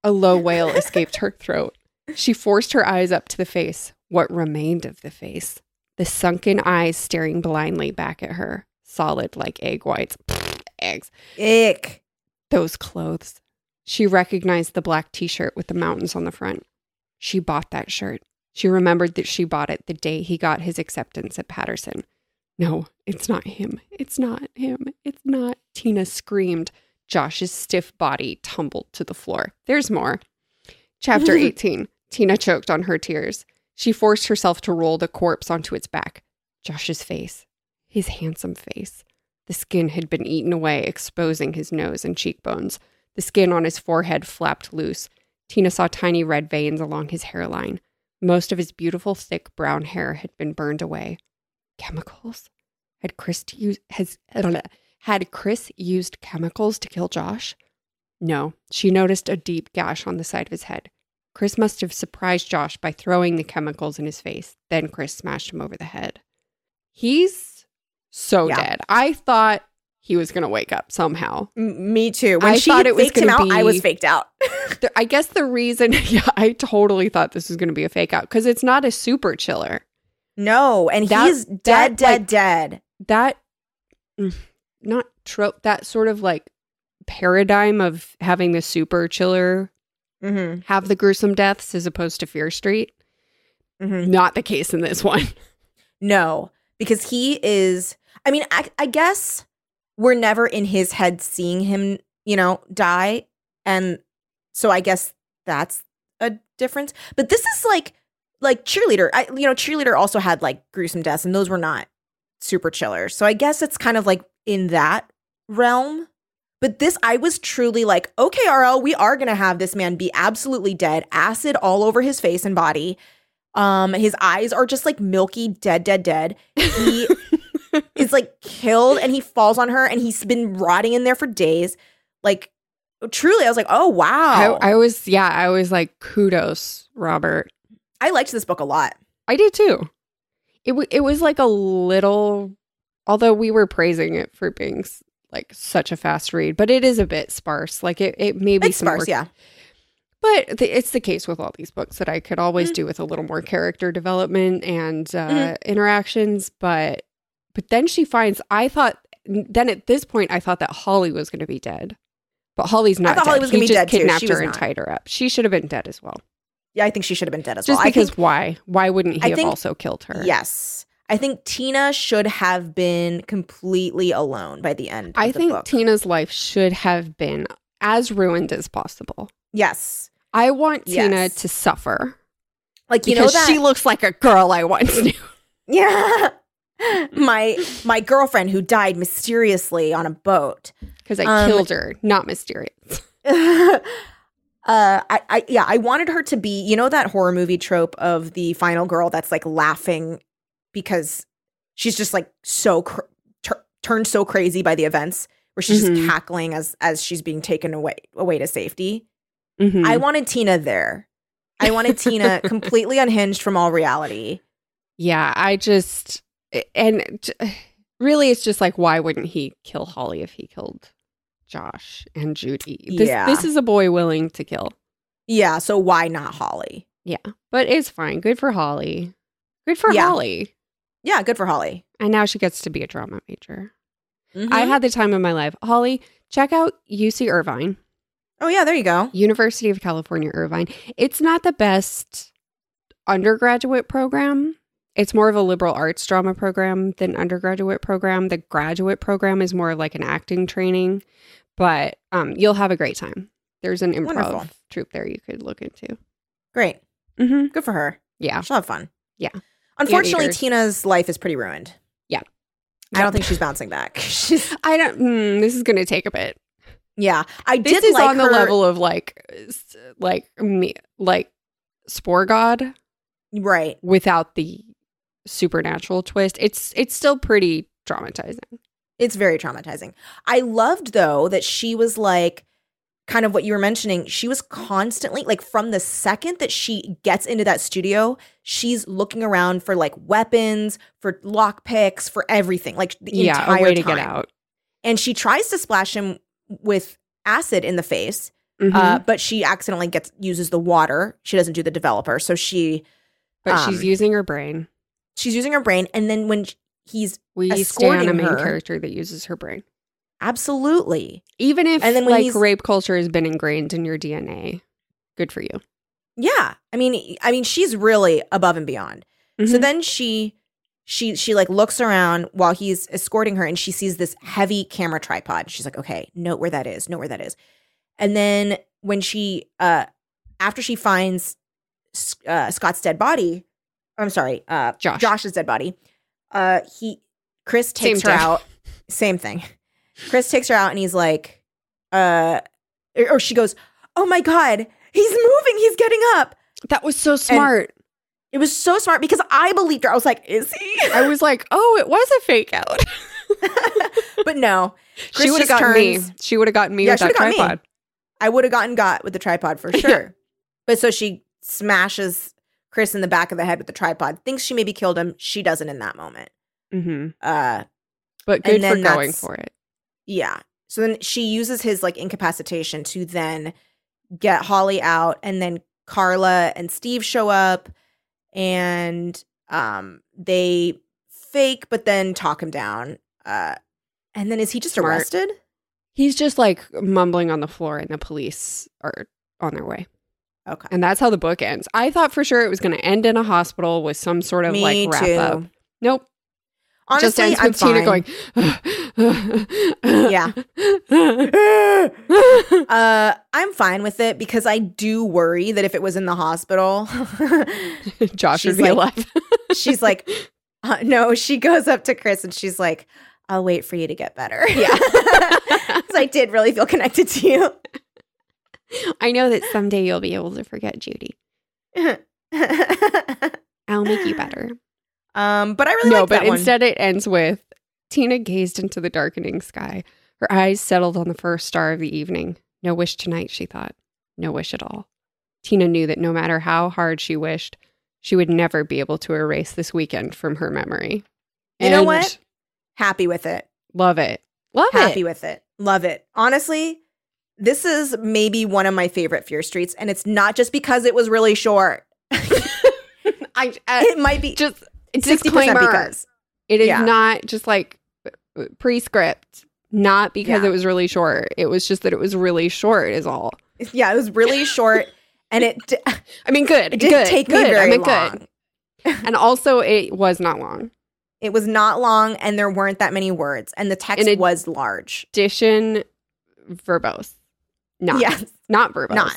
Speaker 3: A low wail escaped her throat. She forced her eyes up to the face, what remained of the face. The sunken eyes staring blindly back at her, solid like egg whites. Eggs.
Speaker 2: Ick.
Speaker 3: Those clothes. She recognized the black t shirt with the mountains on the front. She bought that shirt. She remembered that she bought it the day he got his acceptance at Patterson. No, it's not him. It's not him. It's not. Tina screamed. Josh's stiff body tumbled to the floor. There's more. Chapter 18. Tina choked on her tears. She forced herself to roll the corpse onto its back. Josh's face, his handsome face. The skin had been eaten away, exposing his nose and cheekbones. The skin on his forehead flapped loose. Tina saw tiny red veins along his hairline. Most of his beautiful, thick brown hair had been burned away. Chemicals? Had Chris used has had Chris used chemicals to kill Josh? No. She noticed a deep gash on the side of his head. Chris must have surprised Josh by throwing the chemicals in his face. Then Chris smashed him over the head. He's so
Speaker 2: Yeah.
Speaker 3: dead. I thought he was going to wake up somehow.
Speaker 2: M- me too. When
Speaker 3: I
Speaker 2: she
Speaker 3: thought
Speaker 2: had
Speaker 3: it was
Speaker 2: faked him
Speaker 3: gonna
Speaker 2: out, I was
Speaker 3: be-
Speaker 2: faked out.
Speaker 3: There- I guess the reason, [laughs] yeah, I totally thought this was going to be a fake out because it's not a super chiller.
Speaker 2: no, and
Speaker 3: That-
Speaker 2: he's dead,
Speaker 3: that,
Speaker 2: dead,
Speaker 3: like-
Speaker 2: dead.
Speaker 3: That, mm, not trope, that sort of like paradigm of having the super chiller
Speaker 2: Mm-hmm.
Speaker 3: have the gruesome deaths as opposed to Fear Street.
Speaker 2: Mm-hmm.
Speaker 3: Not the case in this one.
Speaker 2: No, because he is. I mean, I, I guess we're never in his head seeing him, you know, die. And so I guess that's a difference. But this is like, like cheerleader. I, you know, cheerleader also had like gruesome deaths, and those were not super chiller. So I guess it's kind of like in that realm. But this, I was truly like, okay, RL, we are gonna have this man be absolutely dead, acid all over his face and body. Um, his eyes are just like milky, dead, dead, dead. He is like killed and he falls on her and he's been rotting in there for days. Like truly, I was like, oh wow. I,
Speaker 3: I, I was, yeah, I was like, kudos, Robert.
Speaker 2: liked this book a lot.
Speaker 3: I did too. It w- it was like a little, although we were praising it for being s- like such a fast read, but it is a bit sparse. Like it it may be
Speaker 2: It's
Speaker 3: some
Speaker 2: sparse,
Speaker 3: work-
Speaker 2: yeah.
Speaker 3: But th- it's the case with all these books that I could always
Speaker 2: Mm.
Speaker 3: do with a little more character development and uh,
Speaker 2: Mhm.
Speaker 3: interactions. But but then she finds. I thought then at this point I thought that Holly was going to be dead, but Holly's not.
Speaker 2: thought
Speaker 3: dead.
Speaker 2: Holly was
Speaker 3: He
Speaker 2: gonna be
Speaker 3: just
Speaker 2: dead, too. She
Speaker 3: Kidnapped her
Speaker 2: was
Speaker 3: and
Speaker 2: not.
Speaker 3: tied her up. She should have been dead as well.
Speaker 2: Yeah, I think she should have been dead as
Speaker 3: Just
Speaker 2: well. I
Speaker 3: because
Speaker 2: think-
Speaker 3: why? Why wouldn't he
Speaker 2: I
Speaker 3: have
Speaker 2: think-
Speaker 3: also killed her?
Speaker 2: yes. I think Tina should have been completely alone by the end.
Speaker 3: I
Speaker 2: of the
Speaker 3: think
Speaker 2: book.
Speaker 3: Tina's life should have been as ruined as possible.
Speaker 2: yes,
Speaker 3: I want Tina
Speaker 2: Yes.
Speaker 3: to suffer
Speaker 2: like you
Speaker 3: because
Speaker 2: know that [laughs]
Speaker 3: she looks like a girl I once [laughs] knew.
Speaker 2: Yeah. My my girlfriend who died mysteriously on a boat.
Speaker 3: Because I
Speaker 2: Um,
Speaker 3: killed her, not mysterious.
Speaker 2: uh [laughs] I, I yeah, I wanted her to be, you know that horror movie trope of the final girl that's like laughing because she's just like so cr- tur turned so crazy by the events where she's
Speaker 3: Mhm.
Speaker 2: just cackling as as she's being taken away away to safety. I
Speaker 3: I,
Speaker 2: wanted Tina there. I wanted Tina completely unhinged from all reality.
Speaker 3: yeah, I just and j- [sighs] really, it's just like, why wouldn't he kill Holly if he killed Josh and Judy? This,
Speaker 2: Yeah.
Speaker 3: this is a boy willing to kill,
Speaker 2: Yeah, so why not Holly?
Speaker 3: but it's fine. Good for Holly. Good for
Speaker 2: Yeah.
Speaker 3: Holly.
Speaker 2: Yeah, good for Holly.
Speaker 3: And now she gets to be a drama major. I
Speaker 2: Mhm.
Speaker 3: had the time of my life. Holly, check out UC Irvine,
Speaker 2: Oh yeah, there you go.
Speaker 3: University of California, Irvine. It's not the best undergraduate program. It's more of a liberal arts drama program than undergraduate program. The graduate program is more of like an acting training, but um, you'll have a great time. There's an improv
Speaker 2: Wonderful.
Speaker 3: troupe there you could look into.
Speaker 2: Great.
Speaker 3: Mm-hmm.
Speaker 2: Good for her.
Speaker 3: Yeah.
Speaker 2: She'll have fun.
Speaker 3: Yeah.
Speaker 2: Unfortunately,
Speaker 3: Anteaters.
Speaker 2: Tina's life is pretty ruined.
Speaker 3: Yeah.
Speaker 2: I don't think she's bouncing back. She's
Speaker 3: [laughs] I don't. Mm, this is going to take a bit.
Speaker 2: yeah. I
Speaker 3: This
Speaker 2: did
Speaker 3: is
Speaker 2: like
Speaker 3: on
Speaker 2: her-
Speaker 3: the level of like, s- like me, like Spore God
Speaker 2: right.
Speaker 3: without the supernatural twist. It's it's still pretty traumatizing.
Speaker 2: It's very traumatizing. I loved though that she was like kind of what you were mentioning. She was constantly like from the second that she gets into that studio, she's looking around for like weapons, for lockpicks, for everything. Like the
Speaker 3: yeah,
Speaker 2: entire
Speaker 3: a way to
Speaker 2: time.
Speaker 3: get out.
Speaker 2: And she tries to splash him with acid in the face.
Speaker 3: Mm-hmm.
Speaker 2: uh, but she accidentally gets uses the water. She doesn't do the developer, so she
Speaker 3: but she's
Speaker 2: um,
Speaker 3: using her brain.
Speaker 2: she's using her brain. And then when sh- he's
Speaker 3: We stand
Speaker 2: escorting
Speaker 3: a main
Speaker 2: her.
Speaker 3: character that uses her brain,
Speaker 2: absolutely
Speaker 3: even if
Speaker 2: And then when
Speaker 3: like
Speaker 2: he's-
Speaker 3: rape culture has been ingrained in your DNA. Good for you.
Speaker 2: yeah. I mean, e, I mean, she's really above and beyond. So
Speaker 3: Mhm.
Speaker 2: then she she she like looks around while he's escorting her and she sees this heavy camera tripod. She's like, "Okay, note where that is. Note where that is." And then when she uh after she finds S- uh, Scott's dead body, I'm sorry, uh
Speaker 3: Josh.
Speaker 2: Josh's dead body, uh he Chris takes
Speaker 3: Same
Speaker 2: her
Speaker 3: day.
Speaker 2: out. Same thing. Chris takes her out and he's like uh or or she goes, "Oh my god, he's moving. He's getting up."
Speaker 3: That was so smart.
Speaker 2: It was so smart because I believed her. I was like, "Is he?"
Speaker 3: I was like, oh, it was a fake out.
Speaker 2: but no, Chris
Speaker 3: she would have
Speaker 2: just
Speaker 3: gotten me.
Speaker 2: turns-
Speaker 3: She would have gotten me
Speaker 2: Yeah,
Speaker 3: with
Speaker 2: she would've
Speaker 3: that
Speaker 2: gotten me.
Speaker 3: tripod.
Speaker 2: I would have gotten got with the tripod for sure. but so she smashes Chris in the back of the head with the tripod, thinks she maybe killed him. She doesn't in that moment.
Speaker 3: hmm
Speaker 2: Uh,
Speaker 3: But
Speaker 2: And
Speaker 3: good for
Speaker 2: then
Speaker 3: going
Speaker 2: that's-
Speaker 3: for it.
Speaker 2: yeah. So then she uses his like incapacitation to then get Holly out, and then Carla and Steve show up, and um, they fake, but then talk him down. Uh, and then is he just
Speaker 3: Smart.
Speaker 2: arrested?
Speaker 3: He's just like mumbling on the floor, and the police are on their way.
Speaker 2: Okay.
Speaker 3: And that's how the book ends. I thought for sure it was going to end in a hospital with some sort of
Speaker 2: Me
Speaker 3: like wrap
Speaker 2: too.
Speaker 3: up. Nope.
Speaker 2: Honestly,
Speaker 3: just ends
Speaker 2: I'm
Speaker 3: with Tina
Speaker 2: fine.
Speaker 3: going,
Speaker 2: Yeah. [laughs] Uh, I'm fine with it because I do worry that if it was in the hospital,
Speaker 3: [laughs]
Speaker 2: [laughs]
Speaker 3: Josh
Speaker 2: She's
Speaker 3: would be
Speaker 2: like-
Speaker 3: alive.
Speaker 2: she's like, uh, no, she goes up to Chris and she's like, I'll wait for you to get better. [laughs] Yeah. so I did really feel connected to you.
Speaker 3: [laughs]
Speaker 2: [laughs]
Speaker 3: I know that someday you'll be able to forget Judy. I'll make you better.
Speaker 2: um, but I really
Speaker 3: no,
Speaker 2: like
Speaker 3: but
Speaker 2: that one.
Speaker 3: instead it ends with Tina gazed into the darkening sky. Her eyes settled on the first star of the evening. No wish tonight, she thought. No wish at all. Tina knew that no matter how hard she wished, she would never be able to erase this weekend from her memory.
Speaker 2: You know what? happy with it.
Speaker 3: Love it. Love
Speaker 2: happy
Speaker 3: it.
Speaker 2: with it. Love it. Honestly, this is maybe one of my favorite Fear Streets, and it's not just because it was really
Speaker 3: [laughs]
Speaker 2: short.
Speaker 3: I, I
Speaker 2: It might be
Speaker 3: just
Speaker 2: sixty
Speaker 3: disclaimer.
Speaker 2: percent because
Speaker 3: It is
Speaker 2: Yeah.
Speaker 3: not just like uh, prescript, not because
Speaker 2: Yeah.
Speaker 3: it was really short. It was just that it was really short, is all.
Speaker 2: yeah, it was really short, and it d-
Speaker 3: I mean, [laughs] good.
Speaker 2: it [laughs] didn't
Speaker 3: good,
Speaker 2: take
Speaker 3: good.
Speaker 2: me very
Speaker 3: I mean,
Speaker 2: long.
Speaker 3: good. And also, it was not long.
Speaker 2: It was not long, and there weren't that many words, and the text
Speaker 3: And it-
Speaker 2: was large.
Speaker 3: Dition verbose. Not.
Speaker 2: Yes,
Speaker 3: Not verbose.
Speaker 2: Not.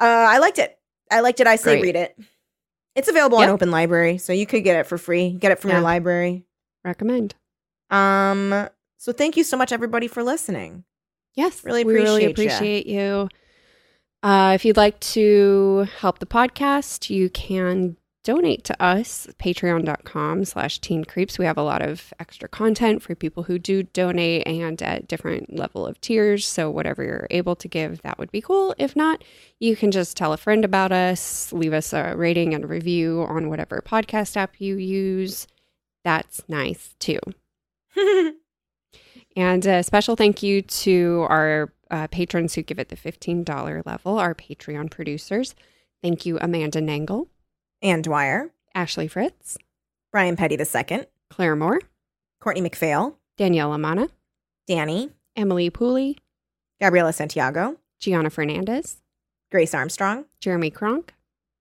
Speaker 2: uh, I liked it. I liked it. I say
Speaker 3: Great.
Speaker 2: read it. It's available
Speaker 3: Yep.
Speaker 2: on Open Library, so you could get it for free. Get it from your
Speaker 3: Yeah.
Speaker 2: library.
Speaker 3: Recommend.
Speaker 2: Um. So thank you so much, everybody, for
Speaker 3: [laughs]
Speaker 2: listening.
Speaker 3: Yes.
Speaker 2: Really
Speaker 3: we really
Speaker 2: appreciate ya.
Speaker 3: appreciate you. Uh, if you'd like to help the podcast, you can donate to us, patreon.com slash teen creeps. We have a lot of extra content for people who do donate and at different level of tiers. So whatever you're able to give, that would be cool. If not, you can just tell a friend about us, leave us a rating and review on whatever podcast app you use. That's nice too. And a special thank you to our uh, patrons who give it the $15 level, our Patreon producers. Thank you, Amanda Nangle,
Speaker 2: Ann Dwyer,
Speaker 3: Ashley Fritz,
Speaker 2: Brian Petty II,
Speaker 3: Claire Moore,
Speaker 2: Courtney McPhail,
Speaker 3: Danielle Amana,
Speaker 2: Danny,
Speaker 3: Emily Pooley,
Speaker 2: Gabriela Santiago,
Speaker 3: Gianna Fernandez,
Speaker 2: Grace Armstrong,
Speaker 3: Jeremy Kronk,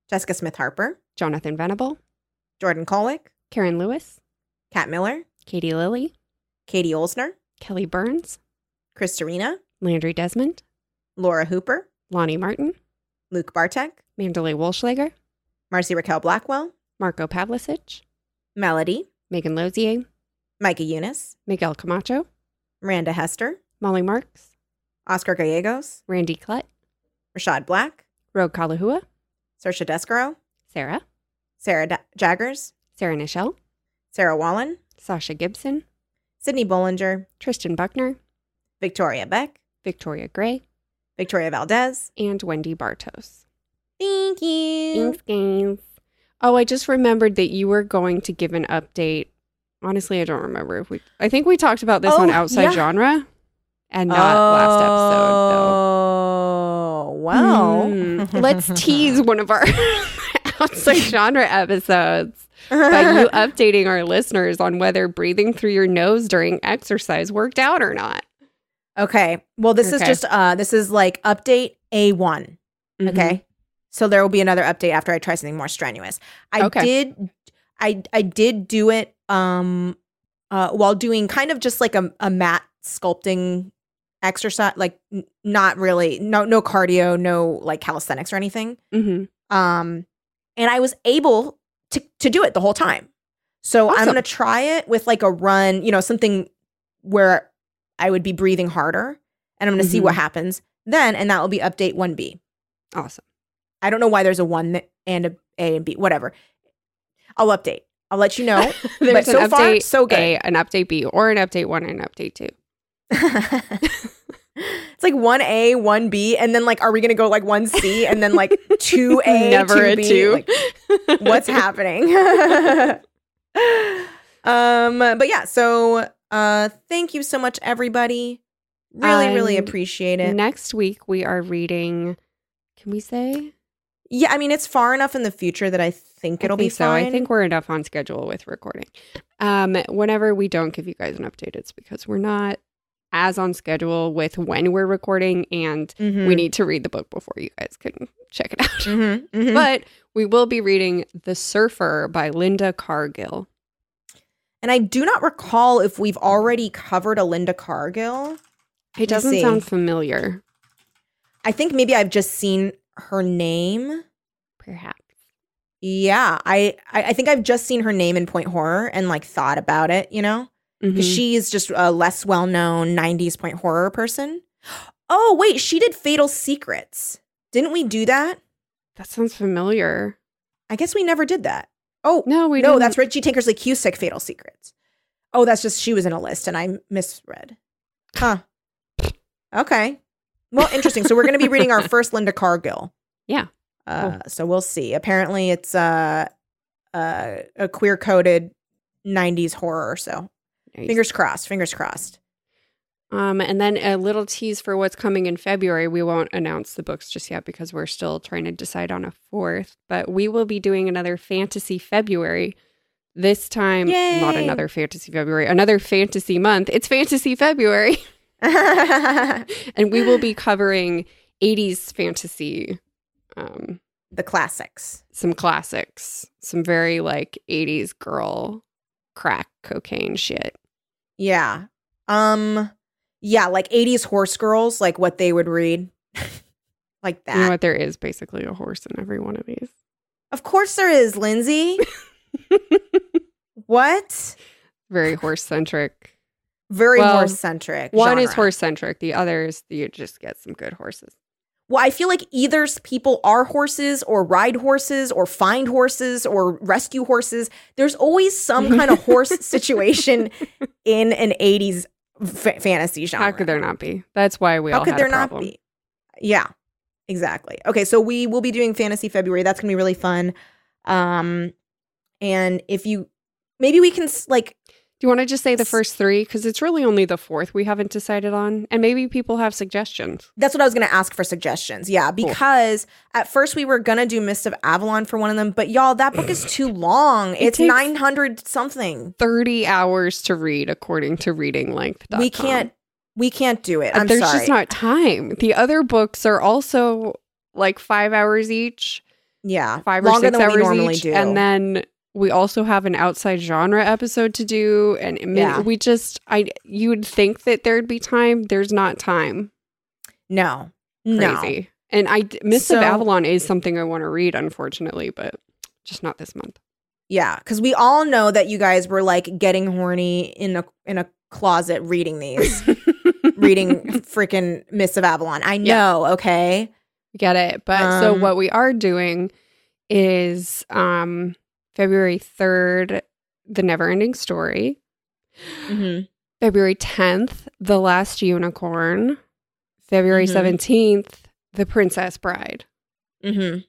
Speaker 2: Jessica Smith Harper,
Speaker 3: Jonathan Venable,
Speaker 2: Jordan Kolick,
Speaker 3: Karen Lewis,
Speaker 2: Kat Miller,
Speaker 3: Katie Lilly,
Speaker 2: Katie Olsner,
Speaker 3: Kelly Burns,
Speaker 2: Chris Serena,
Speaker 3: Landry Desmond,
Speaker 2: Laura Hooper,
Speaker 3: Lonnie Martin,
Speaker 2: Luke Bartek,
Speaker 3: Mandalay Wolschlager,
Speaker 2: Marcy Raquel Blackwell,
Speaker 3: Marco Pavlicic,
Speaker 2: Melody,
Speaker 3: Megan Lozier,
Speaker 2: Micah Eunice,
Speaker 3: Miguel Camacho,
Speaker 2: Miranda Hester,
Speaker 3: Molly Marks,
Speaker 2: Oscar Gallegos,
Speaker 3: Randy Clutt,
Speaker 2: Rashad Black,
Speaker 3: Rogue Kalahua,
Speaker 2: Sersha Descaro,
Speaker 3: Sarah,
Speaker 2: Sarah Da- Jaggers,
Speaker 3: Sarah Nichelle,
Speaker 2: Sarah Wallen,
Speaker 3: Sasha Gibson,
Speaker 2: Sydney Bollinger,
Speaker 3: Tristan Buckner,
Speaker 2: Victoria Beck,
Speaker 3: Victoria Gray,
Speaker 2: Victoria Valdez.
Speaker 3: and Wendy Bartos.
Speaker 2: Thank you.
Speaker 3: Thanks, guys. Oh, I just remembered that you were going to give an update. Honestly, I don't remember if we. I think we talked about this on
Speaker 2: Oh,
Speaker 3: Outside
Speaker 2: yeah.
Speaker 3: Genre, and not last episode though.
Speaker 2: Oh, well. [laughs]
Speaker 3: Mm. let's tease one of our [laughs] Outside Genre episodes by you
Speaker 2: [laughs]
Speaker 3: updating our listeners on whether breathing through your nose during exercise worked out or not.
Speaker 2: Okay. Well, this is
Speaker 3: Okay.
Speaker 2: just uh this is like update A1,
Speaker 3: Mm-hmm.
Speaker 2: okay? So there will be another update after I try something more strenuous. I
Speaker 3: Okay.
Speaker 2: did I I did do it um uh while doing kind of just like a a mat sculpting exercise like n- not really no no cardio, no like calisthenics or anything.
Speaker 3: Mm-hmm.
Speaker 2: um and i was able to to do it the whole time so i'm
Speaker 3: Awesome.
Speaker 2: going to try it with like a run you know something where i would be breathing harder and i'm going to see
Speaker 3: Mhm.
Speaker 2: what happens then and that will be update 1b
Speaker 3: Awesome.
Speaker 2: i don't know why there's a 1 th- and a a and b whatever i'll update i'll let you know
Speaker 3: [laughs] There's
Speaker 2: so
Speaker 3: an update
Speaker 2: far, so good.
Speaker 3: A, an update B, or an update one and an update two.
Speaker 2: [laughs] it's like 1a 1b and then like are we going to go like 1c and then
Speaker 3: [laughs]
Speaker 2: like 2a
Speaker 3: Never a
Speaker 2: 2B?
Speaker 3: two.
Speaker 2: Like, [laughs]
Speaker 3: [laughs]
Speaker 2: what's happening [laughs] um but yeah so uh thank you so much everybody really really
Speaker 3: And
Speaker 2: appreciate it
Speaker 3: Next week we are reading. Can we say?
Speaker 2: yeah i mean it's far enough in the future that i think it'll
Speaker 3: I think
Speaker 2: be
Speaker 3: so.
Speaker 2: fine
Speaker 3: I think we're enough on schedule with recording. Um, whenever we don't give you guys an update, it's because we're not as on schedule with when we're recording, and
Speaker 2: Mhm.
Speaker 3: we need to read the book before you guys can check it out.
Speaker 2: Mhm, mhm.
Speaker 3: But we will be reading The Surfer by Linda Cargill.
Speaker 2: and I do not recall if we've already covered a Linda Cargill.
Speaker 3: It doesn't
Speaker 2: see.
Speaker 3: sound familiar,
Speaker 2: I think maybe I've just seen her name.
Speaker 3: perhaps.
Speaker 2: Yeah, I I I think I've just seen her name in Point Horror and like thought about it, you know, because
Speaker 3: Mhm.
Speaker 2: she is just a less well known '90s Point Horror person. Oh wait, she did Fatal Secrets. Didn't we do that?
Speaker 3: that sounds familiar.
Speaker 2: I guess we never did that. Oh
Speaker 3: No, we
Speaker 2: no,
Speaker 3: didn't-
Speaker 2: that's Reggie Tankersley Cusick Fatal Secrets. Oh, that's just she was in a list and I misread. Huh. Okay. Well, interesting. So we're going to be reading our first Linda Cargill.
Speaker 3: [laughs] Yeah.
Speaker 2: Uh, so we'll see. Apparently, it's uh, uh, a queer coded '90s horror. So
Speaker 3: Nice.
Speaker 2: fingers crossed. Fingers crossed.
Speaker 3: Um, and then a little tease for what's coming in February. We won't announce the books just yet because we're still trying to decide on a fourth, but we will be doing another fantasy February. This time, not
Speaker 2: Yay.
Speaker 3: another fantasy February, another fantasy month. It's fantasy February. [laughs]
Speaker 2: the
Speaker 3: And we will be covering 80s fantasy, um,
Speaker 2: classics.
Speaker 3: some classics, some very like 80s girl crack cocaine shit.
Speaker 2: Yeah. Um. Yeah, like '80s horse girls, like what they would read, [laughs] like that.
Speaker 3: You know what? There is basically a horse in every one of these. [laughs]
Speaker 2: Of course there is, Lindsay. what?
Speaker 3: Very horse centric.
Speaker 2: Very
Speaker 3: Well,
Speaker 2: horse centric.
Speaker 3: One is horse centric. The other is you just get some good horses.
Speaker 2: Well, I feel like either s- people are horses or ride horses or find horses or rescue horses. There's always some kind of
Speaker 3: [laughs]
Speaker 2: horse situation in an 80s fa- fantasy genre.
Speaker 3: How could there not be? That's why we
Speaker 2: How
Speaker 3: all
Speaker 2: could
Speaker 3: had a
Speaker 2: there not
Speaker 3: problem.
Speaker 2: be? Yeah, exactly. Okay, so we will be doing Fantasy February. That's gonna be really fun. Um, and if you, maybe we can s- like
Speaker 3: Do you want to just say the first three? Because it's really only the fourth we haven't decided on, and maybe people have suggestions.
Speaker 2: That's what I was going to ask for suggestions. Yeah, because at first we were going to do Mist of Avalon for one of them, but y'all, that
Speaker 3: [clears throat]
Speaker 2: book is too long. it's
Speaker 3: takes-
Speaker 2: 900 something.
Speaker 3: Thirty hours to read, according to readinglength.com.
Speaker 2: We can't we can't do it. I'm
Speaker 3: Uh, There's
Speaker 2: sorry.
Speaker 3: just not time. The other books are also like five hours each,
Speaker 2: yeah,
Speaker 3: five
Speaker 2: longer
Speaker 3: or six
Speaker 2: than
Speaker 3: hours
Speaker 2: we normally
Speaker 3: each,
Speaker 2: do.
Speaker 3: and then we also have an outside genre episode to do. And it may-
Speaker 2: Yeah.
Speaker 3: we just, I, you would think that there'd be time. There's not time.
Speaker 2: no, no.
Speaker 3: Crazy. And I, d- Miss
Speaker 2: So-
Speaker 3: of Avalon is something I want to read, unfortunately, but just not
Speaker 2: [laughs]
Speaker 3: this month.
Speaker 2: Yeah, because we all know that you guys were like getting horny in a in a closet reading
Speaker 3: [laughs]
Speaker 2: these, reading freaking Miss of Avalon. I
Speaker 3: Yeah.
Speaker 2: know. Okay.
Speaker 3: Get it. But so
Speaker 2: Um,
Speaker 3: what we are doing is um February 3rd, The Never Ending Story.
Speaker 2: Mhm.
Speaker 3: Mm-hmm, February 10th, The Last Unicorn. February
Speaker 2: Mhm.
Speaker 3: 17th, The Princess Bride. mm-hmm.
Speaker 2: Mhm.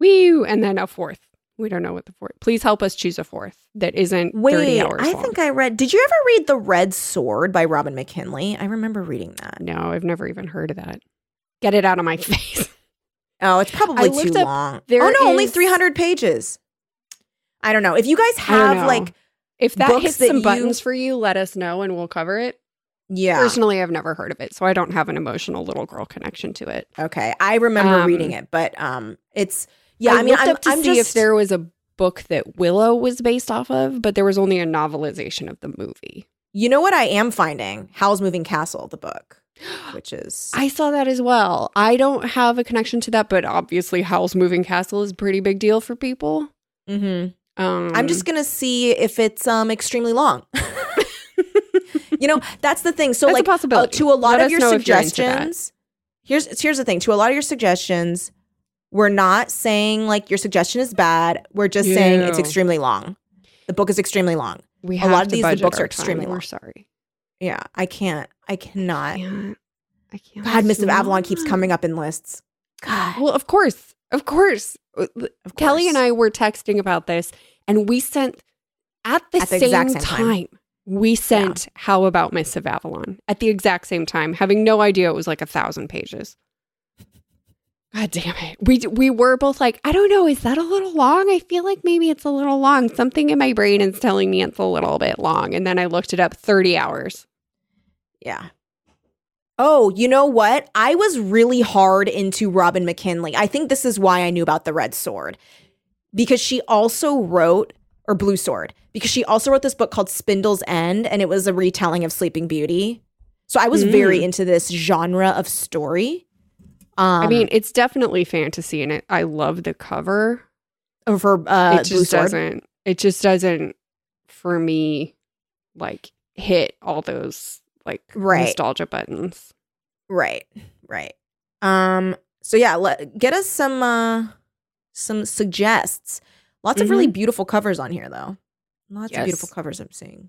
Speaker 3: Woo! And then a fourth. We don't know what the fourth. Please help us choose a fourth that isn't 30
Speaker 2: Wait,
Speaker 3: hours
Speaker 2: I
Speaker 3: long.
Speaker 2: think I read. Did you ever read The Red Sword by Robin McKinley? I remember reading that.
Speaker 3: no, I've never even heard of that. Get it out of my [laughs] face.
Speaker 2: Oh, it's probably
Speaker 3: looked
Speaker 2: too
Speaker 3: up-
Speaker 2: long.
Speaker 3: there
Speaker 2: oh no, only
Speaker 3: is-
Speaker 2: 300 pages. I don't know. If you guys
Speaker 3: I don't
Speaker 2: have
Speaker 3: know.
Speaker 2: like
Speaker 3: if that
Speaker 2: books
Speaker 3: hits
Speaker 2: that
Speaker 3: some
Speaker 2: you-
Speaker 3: buttons for you, let us know and we'll cover it.
Speaker 2: yeah.
Speaker 3: Personally, I've never heard of it, so I don't have an emotional little girl connection to it.
Speaker 2: Okay. I remember
Speaker 3: Um,
Speaker 2: reading it, but um it's yeah, I, mean
Speaker 3: looked
Speaker 2: I'm,
Speaker 3: up to
Speaker 2: I'm
Speaker 3: see
Speaker 2: just
Speaker 3: if there was a book that Willow was based off of, but there was only a novelization of the movie.
Speaker 2: You know what I am finding? Howl's Moving Castle the
Speaker 3: [gasps]
Speaker 2: book, which is
Speaker 3: I saw that as well. I don't have a connection to that, but obviously Howl's Moving Castle is a pretty big deal for people.
Speaker 2: Mhm.
Speaker 3: Um,
Speaker 2: I'm just going to see if it's um extremely long. [laughs] you know, that's the thing. So
Speaker 3: That's a
Speaker 2: like uh,
Speaker 3: possibility.
Speaker 2: to a lot
Speaker 3: Let
Speaker 2: of
Speaker 3: us
Speaker 2: your
Speaker 3: know if you're into that.
Speaker 2: suggestions. Here's here's the thing. To a lot of your suggestions, we're not saying like your suggestion is bad. We're just saying it's
Speaker 3: Yeah.
Speaker 2: extremely long. The book is extremely long.
Speaker 3: we
Speaker 2: a
Speaker 3: have
Speaker 2: lot of
Speaker 3: to
Speaker 2: these, the
Speaker 3: budget
Speaker 2: books
Speaker 3: our
Speaker 2: are extremely
Speaker 3: time.
Speaker 2: long.
Speaker 3: We're sorry.
Speaker 2: Yeah, I can't. I
Speaker 3: I
Speaker 2: cannot.
Speaker 3: can't. I can't.
Speaker 2: God, Miss of
Speaker 3: It's
Speaker 2: Avalon keeps
Speaker 3: not.
Speaker 2: coming up in lists. God,
Speaker 3: Well, of course, of course. Uh,
Speaker 2: of
Speaker 3: Kelly
Speaker 2: course.
Speaker 3: and I were texting about this, and we sent at the,
Speaker 2: At the
Speaker 3: same,
Speaker 2: exact
Speaker 3: time,
Speaker 2: same time.
Speaker 3: we sent "How About Miss of Avalon" at the exact same time, having no idea it was like a thousand pages. God damn it! We d- we were both like, I don't know, is that a little long? I feel like maybe it's a little long. Something in my brain is telling me it's a little bit long, and then I looked it up, thirty hours.
Speaker 2: Yeah. Oh, you know what? I was really hard into Robin McKinley. I think this is why I knew about the Red Sword because she also wrote or Blue Sword because she also wrote this book called Spindle's End and it was a retelling of Sleeping Beauty. So I was
Speaker 3: Mm.
Speaker 2: very into this genre of story. Um,
Speaker 3: I mean, it's definitely fantasy, and it, I love the cover.
Speaker 2: over uh,
Speaker 3: it
Speaker 2: Blue
Speaker 3: just
Speaker 2: Sword.
Speaker 3: doesn't. It just doesn't for me, like hit all those like
Speaker 2: Right.
Speaker 3: nostalgia buttons.
Speaker 2: Right. Right. Um so yeah, let, get us some uh some suggests. Lots of really beautiful covers on here though. Lots of
Speaker 3: Mm-hmm. Yes.
Speaker 2: beautiful covers I'm seeing.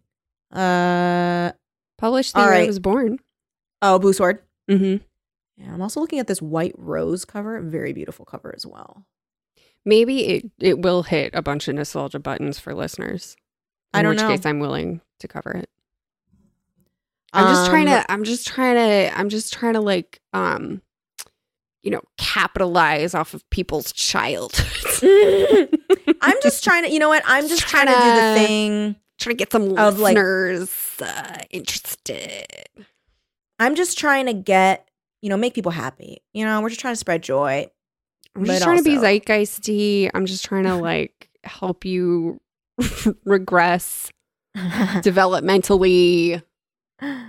Speaker 2: Uh
Speaker 3: Published the
Speaker 2: All
Speaker 3: year I
Speaker 2: right.
Speaker 3: was born.
Speaker 2: oh, Blue Sword.
Speaker 3: Mm-hmm.
Speaker 2: Yeah, I'm also looking at this white rose cover, very beautiful cover as well.
Speaker 3: Maybe it it will hit a bunch of nostalgia buttons for listeners.
Speaker 2: I
Speaker 3: in
Speaker 2: don't
Speaker 3: which
Speaker 2: know.
Speaker 3: case I'm willing to cover it. I'm just trying
Speaker 2: Um,
Speaker 3: to I'm just trying to I'm just trying to like um you know capitalize off of people's child.
Speaker 2: [laughs]
Speaker 3: [laughs]
Speaker 2: I'm just trying to, you know what? I'm just trying to do the
Speaker 3: Tryna-
Speaker 2: thing.
Speaker 3: trying to get some
Speaker 2: Of, like-
Speaker 3: listeners uh, interested.
Speaker 2: I'm just trying to get, you know, make people happy. You know, we're just trying to spread
Speaker 3: [laughs]
Speaker 2: joy.
Speaker 3: I'm just
Speaker 2: But
Speaker 3: trying to be
Speaker 2: also-
Speaker 3: zeitgeisty. I'm just trying to like help you [laughs] regress developmentally
Speaker 2: right,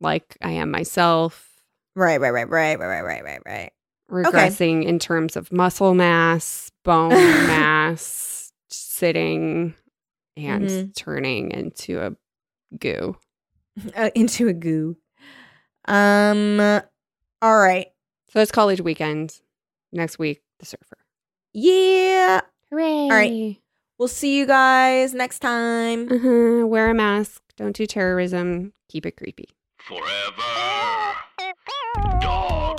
Speaker 3: like I am myself,
Speaker 2: right, right, right, right, right, right, right, right.
Speaker 3: regressing in terms of muscle mass,
Speaker 2: [laughs]
Speaker 3: bone mass, sitting and
Speaker 2: Mhm.
Speaker 3: turning into a goo.
Speaker 2: uh, [laughs] into a goo. Um. All right.
Speaker 3: So it's college weekend. Next week, the surfer.
Speaker 2: Yeah.
Speaker 3: Hooray. All
Speaker 2: right. We'll see you guys next time.
Speaker 3: Uh-huh. Wear a mask. Don't do terrorism. Keep it creepy.
Speaker 1: Forever. Dog.